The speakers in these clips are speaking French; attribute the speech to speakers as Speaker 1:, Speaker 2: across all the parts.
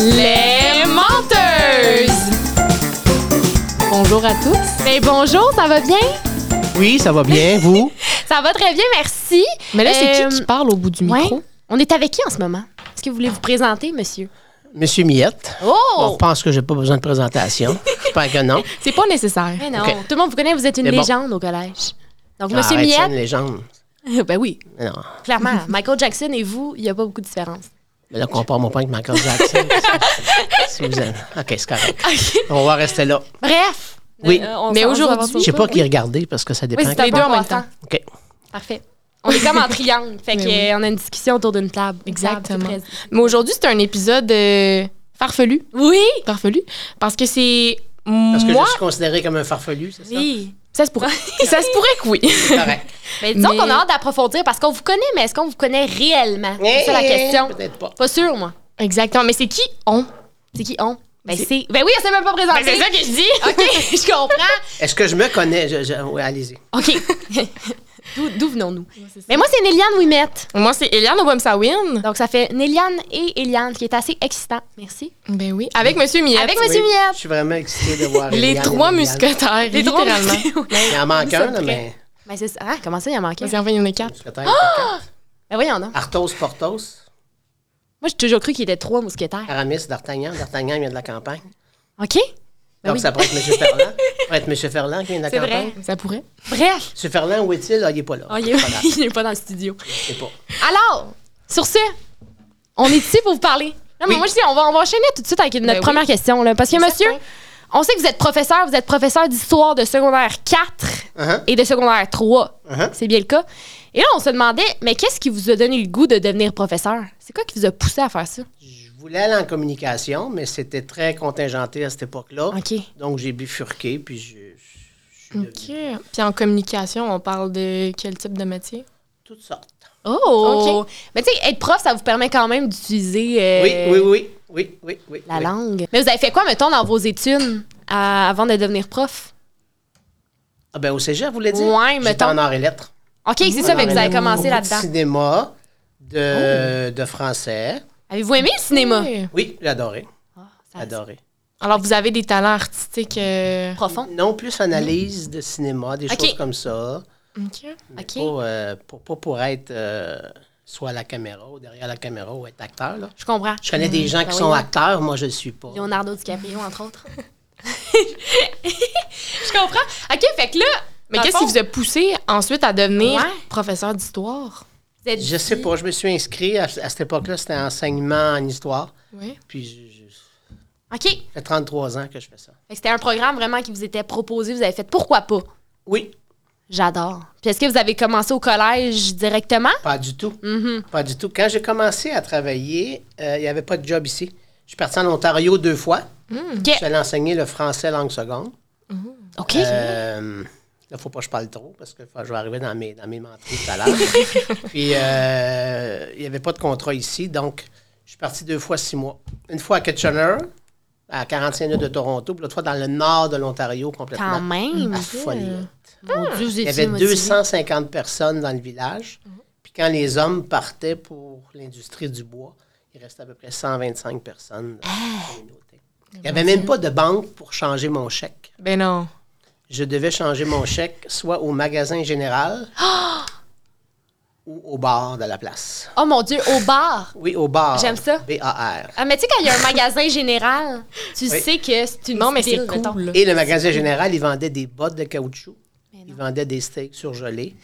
Speaker 1: Les menteuses!
Speaker 2: Bonjour à tous.
Speaker 1: Mais bonjour, ça va bien?
Speaker 3: Oui, ça va bien, vous?
Speaker 1: Ça va très bien, merci.
Speaker 2: Mais là, c'est
Speaker 1: Euh,
Speaker 2: qui qui parle au bout du
Speaker 1: ouais.
Speaker 2: micro?
Speaker 1: On est avec qui en ce moment? Est-ce que vous voulez vous présenter, monsieur?
Speaker 3: Monsieur Miette.
Speaker 1: Oh!
Speaker 3: On pense que j'ai pas besoin de présentation. Je pense que non.
Speaker 2: C'est pas nécessaire.
Speaker 1: Mais non,
Speaker 3: Ok.
Speaker 1: tout le monde vous connaît, vous êtes une
Speaker 3: C'est bon. Ah,
Speaker 1: légende au collège. Donc, monsieur
Speaker 3: Arrête, c'est une
Speaker 1: Miette,
Speaker 3: légende.
Speaker 2: ben oui.
Speaker 3: Non.
Speaker 1: clairement, Michael Jackson et vous, il n'y a pas beaucoup de différence.
Speaker 3: Mais là, compare mon pain avec Michael Jackson. si vous êtes- OK, c'est correct. On va rester là.
Speaker 1: Bref!
Speaker 3: Oui.
Speaker 1: Euh, on
Speaker 2: Mais
Speaker 1: s'en- on
Speaker 2: aujourd'hui,
Speaker 1: s'avance
Speaker 3: Je sais
Speaker 1: pas.
Speaker 3: pas qui regarder parce que ça dépend.
Speaker 1: Oui, c'est
Speaker 2: Les
Speaker 1: important.
Speaker 2: deux en même temps.
Speaker 3: OK.
Speaker 1: Parfait. On est comme en triangle. Fait
Speaker 2: Mais
Speaker 1: qu'on
Speaker 2: oui.
Speaker 1: on a une discussion autour d'une table. Une table, c'est
Speaker 2: Exactement.
Speaker 1: très-
Speaker 2: Mais aujourd'hui, c'est un épisode euh, farfelu.
Speaker 1: Oui!
Speaker 2: Farfelu. Parce que c'est.
Speaker 3: Parce que
Speaker 2: moi,
Speaker 3: je suis considéré comme un farfelu, c'est ça?
Speaker 1: Oui.
Speaker 2: ça se pourrait. ça se pourrait que oui.
Speaker 3: C'est correct.
Speaker 1: Mais disons
Speaker 2: Mais-
Speaker 1: qu'on a hâte d'approfondir parce qu'on vous connaît, mais est-ce qu'on vous connaît réellement? C'est ça la
Speaker 3: Eh,
Speaker 1: question.
Speaker 3: Peut-être pas.
Speaker 1: Pas sûr, moi.
Speaker 2: Exactement. Mais c'est qui on?
Speaker 1: C'est qui on? Ben,
Speaker 2: C'est-
Speaker 1: c'est. Ben oui, on s'est même pas présenté.
Speaker 2: Ben, c'est ça que je dis.
Speaker 1: OK, je comprends.
Speaker 3: Est-ce que je me connais? Je- je- oui, allez-y.
Speaker 1: OK. D'où- D'où venons-nous? Mais moi, c'est Néliane Wimette.
Speaker 2: Moi, c'est Eliane Obamsawin.
Speaker 1: Donc, ça fait Néliane et Eliane, qui est assez excitant. Merci.
Speaker 2: Ben oui. Avec Monsieur Miette.
Speaker 1: Avec
Speaker 3: Oui,
Speaker 1: Oh, Monsieur
Speaker 3: Je
Speaker 1: Miette.
Speaker 3: suis vraiment excité de voir.
Speaker 2: Les
Speaker 3: Eliane et
Speaker 2: trois
Speaker 3: Liliane.
Speaker 2: musquetaires,
Speaker 1: Les trois
Speaker 2: littéralement.
Speaker 3: Il en manque
Speaker 1: Ils
Speaker 3: un,
Speaker 1: sont
Speaker 3: là,
Speaker 1: prêts.
Speaker 3: mais.
Speaker 1: Ben, c'est ça. Ah, comment ça, il a manqué?
Speaker 2: Parce qu'en fait, il y en a quatre.
Speaker 3: Mousquetaire, quatre.
Speaker 1: Ben, voyons, non.
Speaker 3: Arthos, Portos,
Speaker 1: Moi, j'ai toujours cru qu'il était trois mousquetaires.
Speaker 3: Aramis, D'Artagnan. D'Artagnan vient de la campagne.
Speaker 1: OK? Ben
Speaker 3: Donc,
Speaker 1: oui.
Speaker 3: ça pourrait être M. Ferland. Ça pourrait être M. Ferland qui vient de la
Speaker 1: C'est
Speaker 3: campagne.
Speaker 1: vrai.
Speaker 2: Ça pourrait.
Speaker 1: Bref.
Speaker 3: M. Ferland, où est-il? Ah, il n'est pas là.
Speaker 1: Oh, il
Speaker 3: C'est pas grave,
Speaker 1: est- il n'est pas dans le studio.
Speaker 3: c'est pas.
Speaker 1: Alors, sur ce, on est ici pour vous parler. Non, mais
Speaker 2: Oui.
Speaker 1: moi, je dis, on va, on va enchaîner tout de suite avec notre
Speaker 2: Ben oui.
Speaker 1: première question. Là, parce que, monsieur,
Speaker 2: certain.
Speaker 1: on sait que vous êtes professeur. Vous êtes professeur d'histoire de secondaire 4
Speaker 3: Uh-huh.
Speaker 1: et de secondaire 3.
Speaker 3: Uh-huh.
Speaker 1: C'est bien le cas. Et là, on se demandait, mais qu'est-ce qui vous a donné le goût de devenir professeur? C'est quoi qui vous a poussé à faire ça?
Speaker 3: Je voulais aller en communication, mais c'était très contingenté à cette époque-là.
Speaker 1: OK.
Speaker 3: Donc, j'ai bifurqué, puis je, je suis devenu
Speaker 2: OK. Puis en communication, on parle de quel type de métier?
Speaker 3: toutes sortes.
Speaker 1: Oh! Mais tu sais, être prof, ça vous permet quand même d'utiliser euh,
Speaker 3: Oui, oui, oui, oui, oui, oui.
Speaker 1: la
Speaker 3: oui.
Speaker 1: langue. Mais vous avez fait quoi, mettons, dans vos études à- avant de devenir prof?
Speaker 3: Ah, ben, au cégep, vous voulez dire?
Speaker 1: Ouais,
Speaker 3: J'étais
Speaker 1: mettons.
Speaker 3: en arts et lettres.
Speaker 1: OK, c'est ça, fait que vous avez commencé
Speaker 3: Beaucoup de
Speaker 1: là-dedans. Oh.
Speaker 3: cinéma, de, de français.
Speaker 1: Avez-vous aimé le cinéma?
Speaker 2: Ouais.
Speaker 3: Oui, j'ai adoré,
Speaker 1: Ah, Ça-
Speaker 3: adoré.
Speaker 2: Alors, vous avez des talents artistiques. euh,
Speaker 1: Profond.
Speaker 3: Non, plus analyse de cinéma, des
Speaker 1: Ok.
Speaker 3: choses comme ça.
Speaker 2: OK.
Speaker 3: Mais
Speaker 1: OK.
Speaker 3: Pas, euh, pour, pas pour être euh, soit à la caméra ou derrière la caméra ou être acteur. Là.
Speaker 1: Je comprends.
Speaker 3: Je connais des gens
Speaker 1: Ben
Speaker 3: qui
Speaker 1: oui,
Speaker 3: sont
Speaker 1: non.
Speaker 3: acteurs, moi je ne suis pas.
Speaker 1: Leonardo DiCaprio, entre autres. je comprends. OK, fait que là,
Speaker 2: Mais
Speaker 1: Dans le
Speaker 2: qu'est-ce
Speaker 1: fond-
Speaker 2: qui vous a poussé ensuite à devenir
Speaker 1: Ouais.
Speaker 2: professeur d'histoire?
Speaker 1: vous êtes
Speaker 3: Je sais pas, je me suis inscrit à, à cette époque-là, c'était enseignement en histoire.
Speaker 2: Oui.
Speaker 3: Puis je- je- ça
Speaker 1: OK. Fait
Speaker 3: fait 33 ans que je fais ça.
Speaker 1: que c'était un programme vraiment qui vous était proposé. Vous avez fait pourquoi pas?
Speaker 3: Oui,
Speaker 1: J'adore. Puis est-ce que vous avez commencé au collège directement?
Speaker 3: pas du tout.
Speaker 1: Mhm.
Speaker 3: Pas du tout. Quand j'ai commencé à travailler, euh, il n'y avait pas de job ici. Je suis parti en Ontario deux fois.
Speaker 1: OK.
Speaker 3: Je suis allé enseigner le français langue seconde.
Speaker 1: OK.
Speaker 3: Euh, là, faut pas que je parle trop parce que faut- je vais arriver dans mes, dans mes mentries tout à l'heure. Puis, euh, il n'y avait pas de contrat ici, donc je suis parti deux fois six mois. Une fois à Kitchener, à 45 minutes de Toronto, puis l'autre fois dans le nord de l'Ontario complètement.
Speaker 1: Quand même.
Speaker 3: À Folliette.
Speaker 1: Mon
Speaker 3: Ah,
Speaker 1: Dieu, vous
Speaker 3: Il y
Speaker 1: étiez
Speaker 3: avait
Speaker 1: motivé. Mhm.
Speaker 3: 250 personnes dans le village. Puis quand les hommes partaient pour l'industrie du bois, il restait à peu près 125 personnes dans
Speaker 1: Ah.
Speaker 3: la communauté. Il n'y avait même pas de banque pour changer mon chèque
Speaker 2: Ben non.
Speaker 3: je devais changer mon chèque soit au magasin général ou au bar de la place.
Speaker 1: Oh mon Dieu, au bar.
Speaker 3: Oui, au bar.
Speaker 1: J'aime ça.
Speaker 3: B-A-R.
Speaker 1: Ah, mais tu sais, quand il y a un magasin général, tu
Speaker 3: Oui.
Speaker 1: sais que c'est une
Speaker 2: Non, mais c'est
Speaker 1: ville,
Speaker 2: cool.
Speaker 1: mettons.
Speaker 3: Et le magasin général, il vendait des bottes de caoutchouc. Il vendait des steaks surgelés.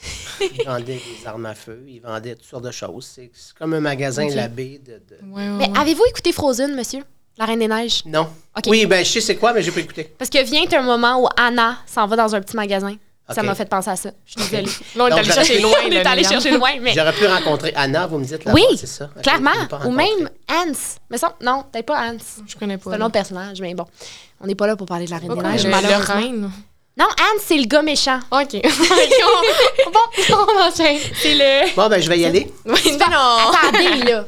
Speaker 3: il vendait des armes à feu. Il vendait toutes sortes de choses. C'est c'est comme un magasin labé de... de-
Speaker 2: Ouais, ouais,
Speaker 1: Mais
Speaker 2: ouais.
Speaker 1: avez-vous écouté Frozen, monsieur? La Reine des Neiges?
Speaker 3: Non.
Speaker 1: OK.
Speaker 3: Oui, ben je sais c'est quoi, mais j'ai pas écouté.
Speaker 1: Parce que vient un moment où Anna s'en va dans un petit magasin. Ça
Speaker 3: Ok.
Speaker 1: m'a fait penser à ça. Je suis désolée.
Speaker 2: Là, on est
Speaker 3: Donc,
Speaker 2: allé
Speaker 3: j'aurais
Speaker 2: chercher
Speaker 3: pu-
Speaker 2: loin.
Speaker 1: On
Speaker 2: là, hein.
Speaker 1: est allé
Speaker 2: Liliane.
Speaker 1: chercher loin, mais.
Speaker 3: J'aurais pu rencontrer Anna, vous me dites là
Speaker 1: Oui,
Speaker 3: c'est ça? Ok,
Speaker 1: clairement.
Speaker 3: je l'ai pas
Speaker 1: Ou
Speaker 3: rencontrée.
Speaker 1: même Hans. Mais ça, non, peut-être pas Hans. C'est
Speaker 2: Je connais pas.
Speaker 1: un autre personnage, mais bon. On n'est pas là pour parler de la Reine des
Speaker 2: Pas
Speaker 1: Neiges,
Speaker 2: connu. Le
Speaker 1: malheureusement.
Speaker 2: reine.
Speaker 1: Non, Hans, c'est le gars méchant.
Speaker 2: OK. bon, on enchaîne.
Speaker 1: C'est le.
Speaker 3: Bon, ben je vais y aller.
Speaker 2: Oui, ben non.
Speaker 1: Attendez, là.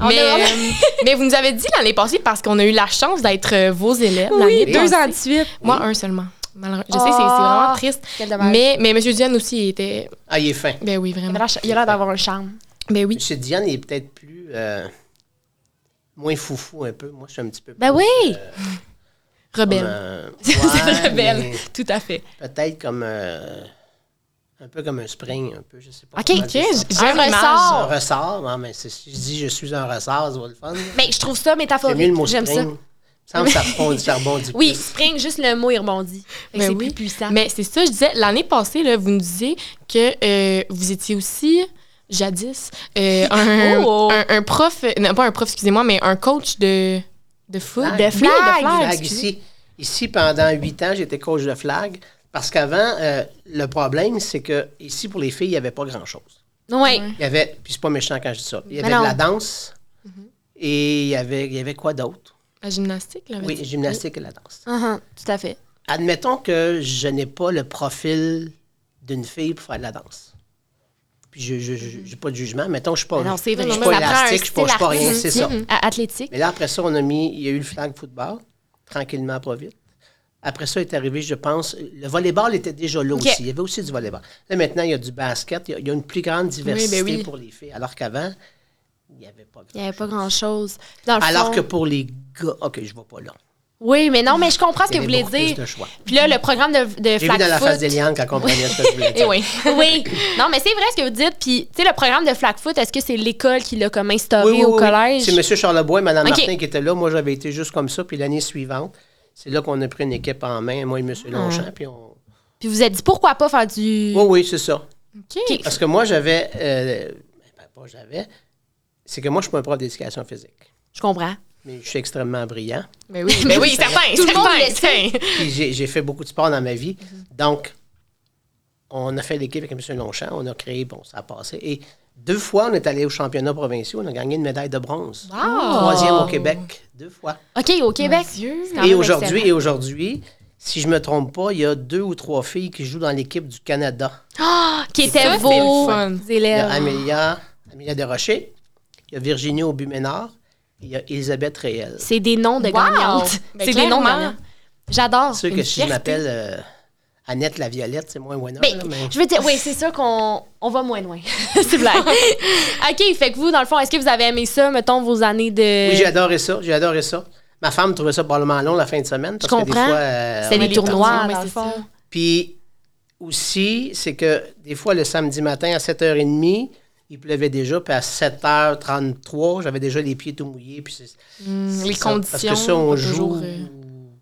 Speaker 1: On
Speaker 2: Mais,
Speaker 1: a-
Speaker 2: euh, mais vous nous avez dit l'année passée parce qu'on a eu la chance d'être euh, vos élèves l'année
Speaker 1: Oui, deux
Speaker 2: passée.
Speaker 1: ans de suite.
Speaker 2: Moi, un seulement. Malheureux- Je sais, c'est- c'est
Speaker 1: Oh.
Speaker 2: vraiment triste.
Speaker 1: Quel dommage.
Speaker 2: Mais, mais M. Diane aussi était.
Speaker 3: Ah, il est fin.
Speaker 2: Ben oui,
Speaker 1: Il a
Speaker 2: vraiment.
Speaker 1: l'air- il a l'air d'avoir un charme.
Speaker 2: Ben oui.
Speaker 3: Monsieur Diane est peut-être plus euh, moins foufou un peu. Moi, je suis un petit peu
Speaker 1: Ben
Speaker 3: plus,
Speaker 1: oui!
Speaker 3: euh,
Speaker 2: Rebelle.
Speaker 3: comme un-
Speaker 2: C'est
Speaker 3: Ouais,
Speaker 2: rebelle,
Speaker 3: mais
Speaker 2: tout à fait.
Speaker 3: Peut-être comme euh, un peu comme un spring, un peu, je sais pas.
Speaker 1: OK,
Speaker 3: comment
Speaker 1: OK.
Speaker 3: dire ça.
Speaker 2: j-
Speaker 1: J'aime
Speaker 2: Un
Speaker 3: Un
Speaker 1: ressort.
Speaker 3: ressort, non, mais c'est- si je dis je suis un ressort, c'est pas le fun.
Speaker 1: Mais Ben, je trouve ça
Speaker 3: C'est mieux le mot spring.
Speaker 1: métaphorique. J'aime ça.
Speaker 3: Il me semble que ça rebondit, ça rebondit
Speaker 1: Oui,
Speaker 3: plus.
Speaker 1: spring, juste le mot, il rebondit. Fait que
Speaker 2: Ben
Speaker 1: c'est
Speaker 2: oui.
Speaker 1: plus puissant.
Speaker 2: Mais c'est ça, je disais, l'année passée, là, vous nous disiez que euh, vous étiez aussi, jadis, euh, un,
Speaker 1: Oh!
Speaker 2: un- un prof, euh, non pas un prof, excusez-moi, mais un coach de, de foot.
Speaker 3: Flag.
Speaker 2: de
Speaker 1: flag,
Speaker 2: flag,
Speaker 3: Flag
Speaker 2: excusez.
Speaker 3: ici. Ici, pendant huit ans, j'étais coach de flag. Parce qu'avant, euh, le problème, c'est que ici, pour les filles, il n'y avait pas grand-chose.
Speaker 1: Ouais.
Speaker 2: Ouais.
Speaker 3: Il y avait, puis c'est pas méchant quand je dis ça, il y
Speaker 1: Mais
Speaker 3: avait de la
Speaker 1: non. Mm-hmm.
Speaker 3: danse et il y avait, il y avait quoi d'autre?
Speaker 2: La Ah, gymnastique, là.
Speaker 3: Oui, gymnastique et la danse.
Speaker 1: Uh-huh, tout à fait.
Speaker 3: Admettons que je n'ai pas le profil d'une fille pour faire de la danse. Puis je n'ai pas de jugement. Mettons que je ne suis pas,
Speaker 1: Mais non, c'est vrai.
Speaker 3: Oh, je suis
Speaker 1: Ça
Speaker 3: pas
Speaker 1: prend un
Speaker 3: élastique, je ne suis pas- je suis pas rien, c'est ça.
Speaker 1: Mhm. À- athlétique.
Speaker 3: Mais là, après ça, on a mis, il y a eu le flag football, tranquillement, pas vite. Après ça est arrivé, je pense, le volleyball était déjà là aussi. Il y avait aussi du volleyball. Là, maintenant, il y a du basket. Il y a, il y a une plus grande
Speaker 1: ben
Speaker 3: diversité
Speaker 2: oui.
Speaker 3: pour les filles. Alors qu'avant, il n'y avait pas
Speaker 1: Il n'y avait pas grand-chose. Dans le
Speaker 3: Alors
Speaker 1: fond-
Speaker 3: que pour les gars, OK, je ne vais pas là.
Speaker 1: Oui, mais non, mais je comprends ce
Speaker 3: Il y
Speaker 1: que vous
Speaker 3: avait beaucoup
Speaker 1: voulez
Speaker 3: plus
Speaker 1: dire.
Speaker 3: de choix.
Speaker 1: Puis là, le programme de, de
Speaker 3: J'ai vu
Speaker 1: flag
Speaker 3: dans la
Speaker 1: foot- Eh
Speaker 3: face d'Eliane qu'elle comprenait ce que je voulais
Speaker 2: Et
Speaker 3: dire.
Speaker 2: oui.
Speaker 1: Oui. Non, mais c'est vrai ce que vous dites. Puis, tu sais, le programme de flag foot, est-ce que c'est l'école qui l'a comme instauré au collège?
Speaker 3: C'est M. Charlebois et Mme
Speaker 1: OK.
Speaker 3: Martin qui étaient là. Moi, j'avais été juste comme ça. Puis l'année suivante, c'est là qu'on a pris une équipe en main, moi et M.
Speaker 1: Ah.
Speaker 3: Longchamp. Puis on...
Speaker 1: Puis vous vous êtes dit, pourquoi pas faire du...
Speaker 3: Oui, oui, c'est ça.
Speaker 2: OK.
Speaker 3: Parce que moi, j'avais. euh, ben, pas j'avais. C'est que moi, je suis pas un prof d'éducation physique.
Speaker 1: Je comprends.
Speaker 3: Mais je suis extrêmement brillant.
Speaker 2: Ben oui, ben oui, certain,
Speaker 1: Tout le monde
Speaker 2: certain,
Speaker 1: le
Speaker 2: certain.
Speaker 3: Puis j'ai j'ai fait beaucoup de sport dans ma vie. Donc, on a fait l'équipe avec M. Longchamp. On a créé, bon, ça a passé. Et deux fois, on est allé aux championnats provinciaux. On a gagné une médaille de bronze.
Speaker 2: Wow.
Speaker 3: Troisième au Québec, deux fois.
Speaker 1: Ah. OK, au Québec.
Speaker 2: Dieu.
Speaker 1: Quand
Speaker 3: Et
Speaker 1: même
Speaker 3: aujourd'hui,
Speaker 1: excellent.
Speaker 3: et aujourd'hui, si je me trompe pas, il y a deux ou trois filles qui jouent dans l'équipe du Canada.
Speaker 1: Ah, qui étaient
Speaker 2: Ça, c'est Mm,
Speaker 1: vos
Speaker 2: le fun.
Speaker 3: Il y a
Speaker 1: élèves.
Speaker 3: Amélia, Amélia Desrochers, il y a Virginie Aubuménard, il y a Elisabeth Réel.
Speaker 1: C'est des noms de
Speaker 2: Wow!
Speaker 1: gagnantes.
Speaker 2: Ben,
Speaker 1: c'est des noms de
Speaker 2: clairement.
Speaker 1: gagnantes. J'adore.
Speaker 3: Sûr que
Speaker 2: une
Speaker 3: si
Speaker 2: fierté.
Speaker 3: je m'appelle euh, Annette la Violette, c'est moins winner.
Speaker 1: Ben,
Speaker 3: là, Ah, mais-
Speaker 1: je veux dire, oui, c'est sûr qu'on on va moins loin. c'est blague. OK, fait que vous, dans le fond, est-ce que vous avez aimé ça, mettons, vos années de...
Speaker 3: Oui, j'ai adoré ça, j'ai adoré ça. Ma femme trouvait ça probablement long la fin de semaine. Parce Que
Speaker 1: Je comprends.
Speaker 3: des fois, euh,
Speaker 1: C'était
Speaker 3: on
Speaker 1: des
Speaker 3: est
Speaker 1: tournois,
Speaker 2: partis,
Speaker 1: dans
Speaker 2: mais
Speaker 1: le
Speaker 2: c'est ça.
Speaker 1: fond.
Speaker 3: Puis aussi, c'est que des fois, le samedi matin à 7h30, il pleuvait déjà, puis à 7h33, j'avais déjà les pieds tout mouillés. Puis c'est-
Speaker 1: Mm,
Speaker 3: c'est
Speaker 2: les
Speaker 3: ça. Parce
Speaker 2: conditions,
Speaker 3: que ça, on
Speaker 2: pas
Speaker 3: joue,
Speaker 2: toujours, euh,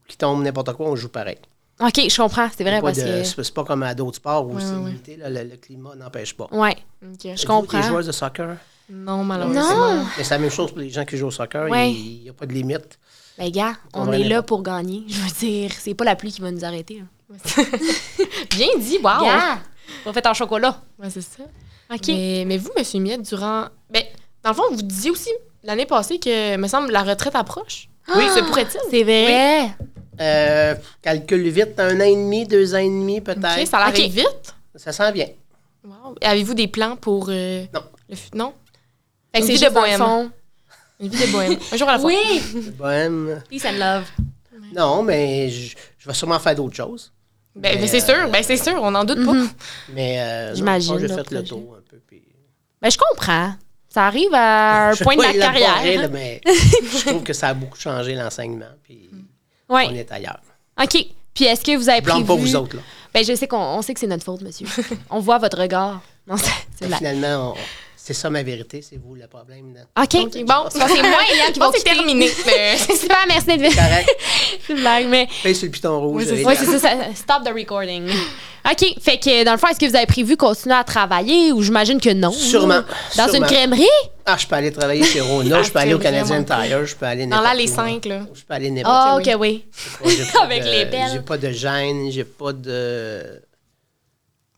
Speaker 3: qui tombe n'importe quoi, on joue pareil.
Speaker 1: OK, je comprends, c'est vrai,
Speaker 3: Pas
Speaker 1: parce
Speaker 3: de-
Speaker 1: que...
Speaker 3: C'est c'est pas comme à d'autres sports où
Speaker 2: Ouais,
Speaker 3: c'est
Speaker 2: ouais.
Speaker 3: limité, là, le, le climat n'empêche pas.
Speaker 1: Ouais.
Speaker 2: euh, OK.
Speaker 1: Je
Speaker 3: Vous, Les
Speaker 1: comprends.
Speaker 3: joueurs de soccer,
Speaker 2: Non, malheureusement.
Speaker 1: Non!
Speaker 3: mais c'est la même chose pour les gens qui jouent au soccer,
Speaker 1: Ouais.
Speaker 3: il n'y a pas de limite.
Speaker 1: Ben, gars, on,
Speaker 3: On va
Speaker 1: est
Speaker 3: aller
Speaker 1: là
Speaker 3: voir.
Speaker 1: pour gagner. Je veux dire, c'est pas la pluie qui va nous arrêter. là.
Speaker 2: Bien dit, wow!
Speaker 1: Gars, on fait en chocolat.
Speaker 2: Ah, Ouais, c'est ça.
Speaker 1: OK.
Speaker 2: Mais, mais vous, Monsieur Miette, durant. Ben, dans le fond, vous disiez aussi l'année passée que, me semble, la retraite approche. Ah! Oui, se pourrait-il?
Speaker 1: C'est vrai.
Speaker 3: Euh, calcule vite, un an et demi, deux ans et demi peut-être.
Speaker 2: Ok, ça a l'air
Speaker 1: Ok.
Speaker 2: d'être vite.
Speaker 3: Ça s'en vient.
Speaker 2: Wow. Et Avez-vous des plans pour. euh,
Speaker 3: Non.
Speaker 2: Le fu- non?
Speaker 1: Fait
Speaker 2: Une
Speaker 1: que c'est
Speaker 2: vie
Speaker 1: juste
Speaker 2: de
Speaker 1: dans le
Speaker 2: bohème.
Speaker 1: fond.
Speaker 2: Une vie de bohème. Un jour à la fois.
Speaker 1: Oui.
Speaker 3: C'est Bohème.
Speaker 1: Peace and love.
Speaker 3: Non, mais je, je vais sûrement faire d'autres choses.
Speaker 2: Ben,
Speaker 3: Mais,
Speaker 2: ben, c'est
Speaker 3: euh,
Speaker 2: sûr, ben, c'est sûr, on n'en doute pas.
Speaker 3: Mais euh, non,
Speaker 1: J'imagine,
Speaker 3: je pense que
Speaker 1: d'autres
Speaker 3: J'ai fait le
Speaker 1: projets.
Speaker 3: tour un peu. Puis...
Speaker 1: Ben, je comprends. Ça arrive à un
Speaker 3: Je sais
Speaker 1: point de
Speaker 3: pas
Speaker 1: la
Speaker 3: élaborer,
Speaker 1: carrière. hein.
Speaker 3: là, mais je trouve que ça a beaucoup changé l'enseignement. Puis on
Speaker 1: Oui.
Speaker 3: est ailleurs.
Speaker 1: OK. Puis est-ce que vous avez
Speaker 3: Je blâme
Speaker 1: prévu...
Speaker 3: pas vous autres. Là.
Speaker 1: Ben, je sais qu'on on sait que c'est notre faute, monsieur. on voit votre regard. Non, c'est c'est
Speaker 3: Mais
Speaker 1: blague.
Speaker 3: finalement, on- c'est ça ma vérité. C'est vous le problème. là.
Speaker 1: OK.
Speaker 2: Ok,
Speaker 1: Bon,
Speaker 2: bon.
Speaker 1: c'est moi et Yann qui
Speaker 2: Bon,
Speaker 1: vont
Speaker 2: c'est
Speaker 1: quitter.
Speaker 2: terminé. Mais-
Speaker 1: Super, merci d'être
Speaker 3: Correct.
Speaker 1: C'est une blague, mais...
Speaker 3: Paye sur le piton rouge.
Speaker 2: Oui, c'est
Speaker 3: et-
Speaker 1: Oui, c'est ça, ça- Stop the recording. OK. Fait que, dans le fond, est-ce que vous avez prévu continuer à travailler ou j'imagine que non?
Speaker 3: Sûrement.
Speaker 1: Dans
Speaker 3: Sûrement.
Speaker 1: une crèmerie?
Speaker 3: Ah, je peux aller travailler chez
Speaker 1: Ah,
Speaker 3: Rona, je peux aller au
Speaker 2: c'est
Speaker 3: Canadian
Speaker 2: vraiment
Speaker 3: Tire, je peux aller
Speaker 2: Dans
Speaker 3: n'importe
Speaker 2: l'allée
Speaker 3: où.
Speaker 2: 5, là.
Speaker 3: Je peux aller n'importe
Speaker 1: Ah,
Speaker 2: oui.
Speaker 1: OK, oui.
Speaker 3: où. J'ai pas
Speaker 1: Avec
Speaker 3: de-
Speaker 1: les belles.
Speaker 3: J'ai pas de gêne, j'ai pas de,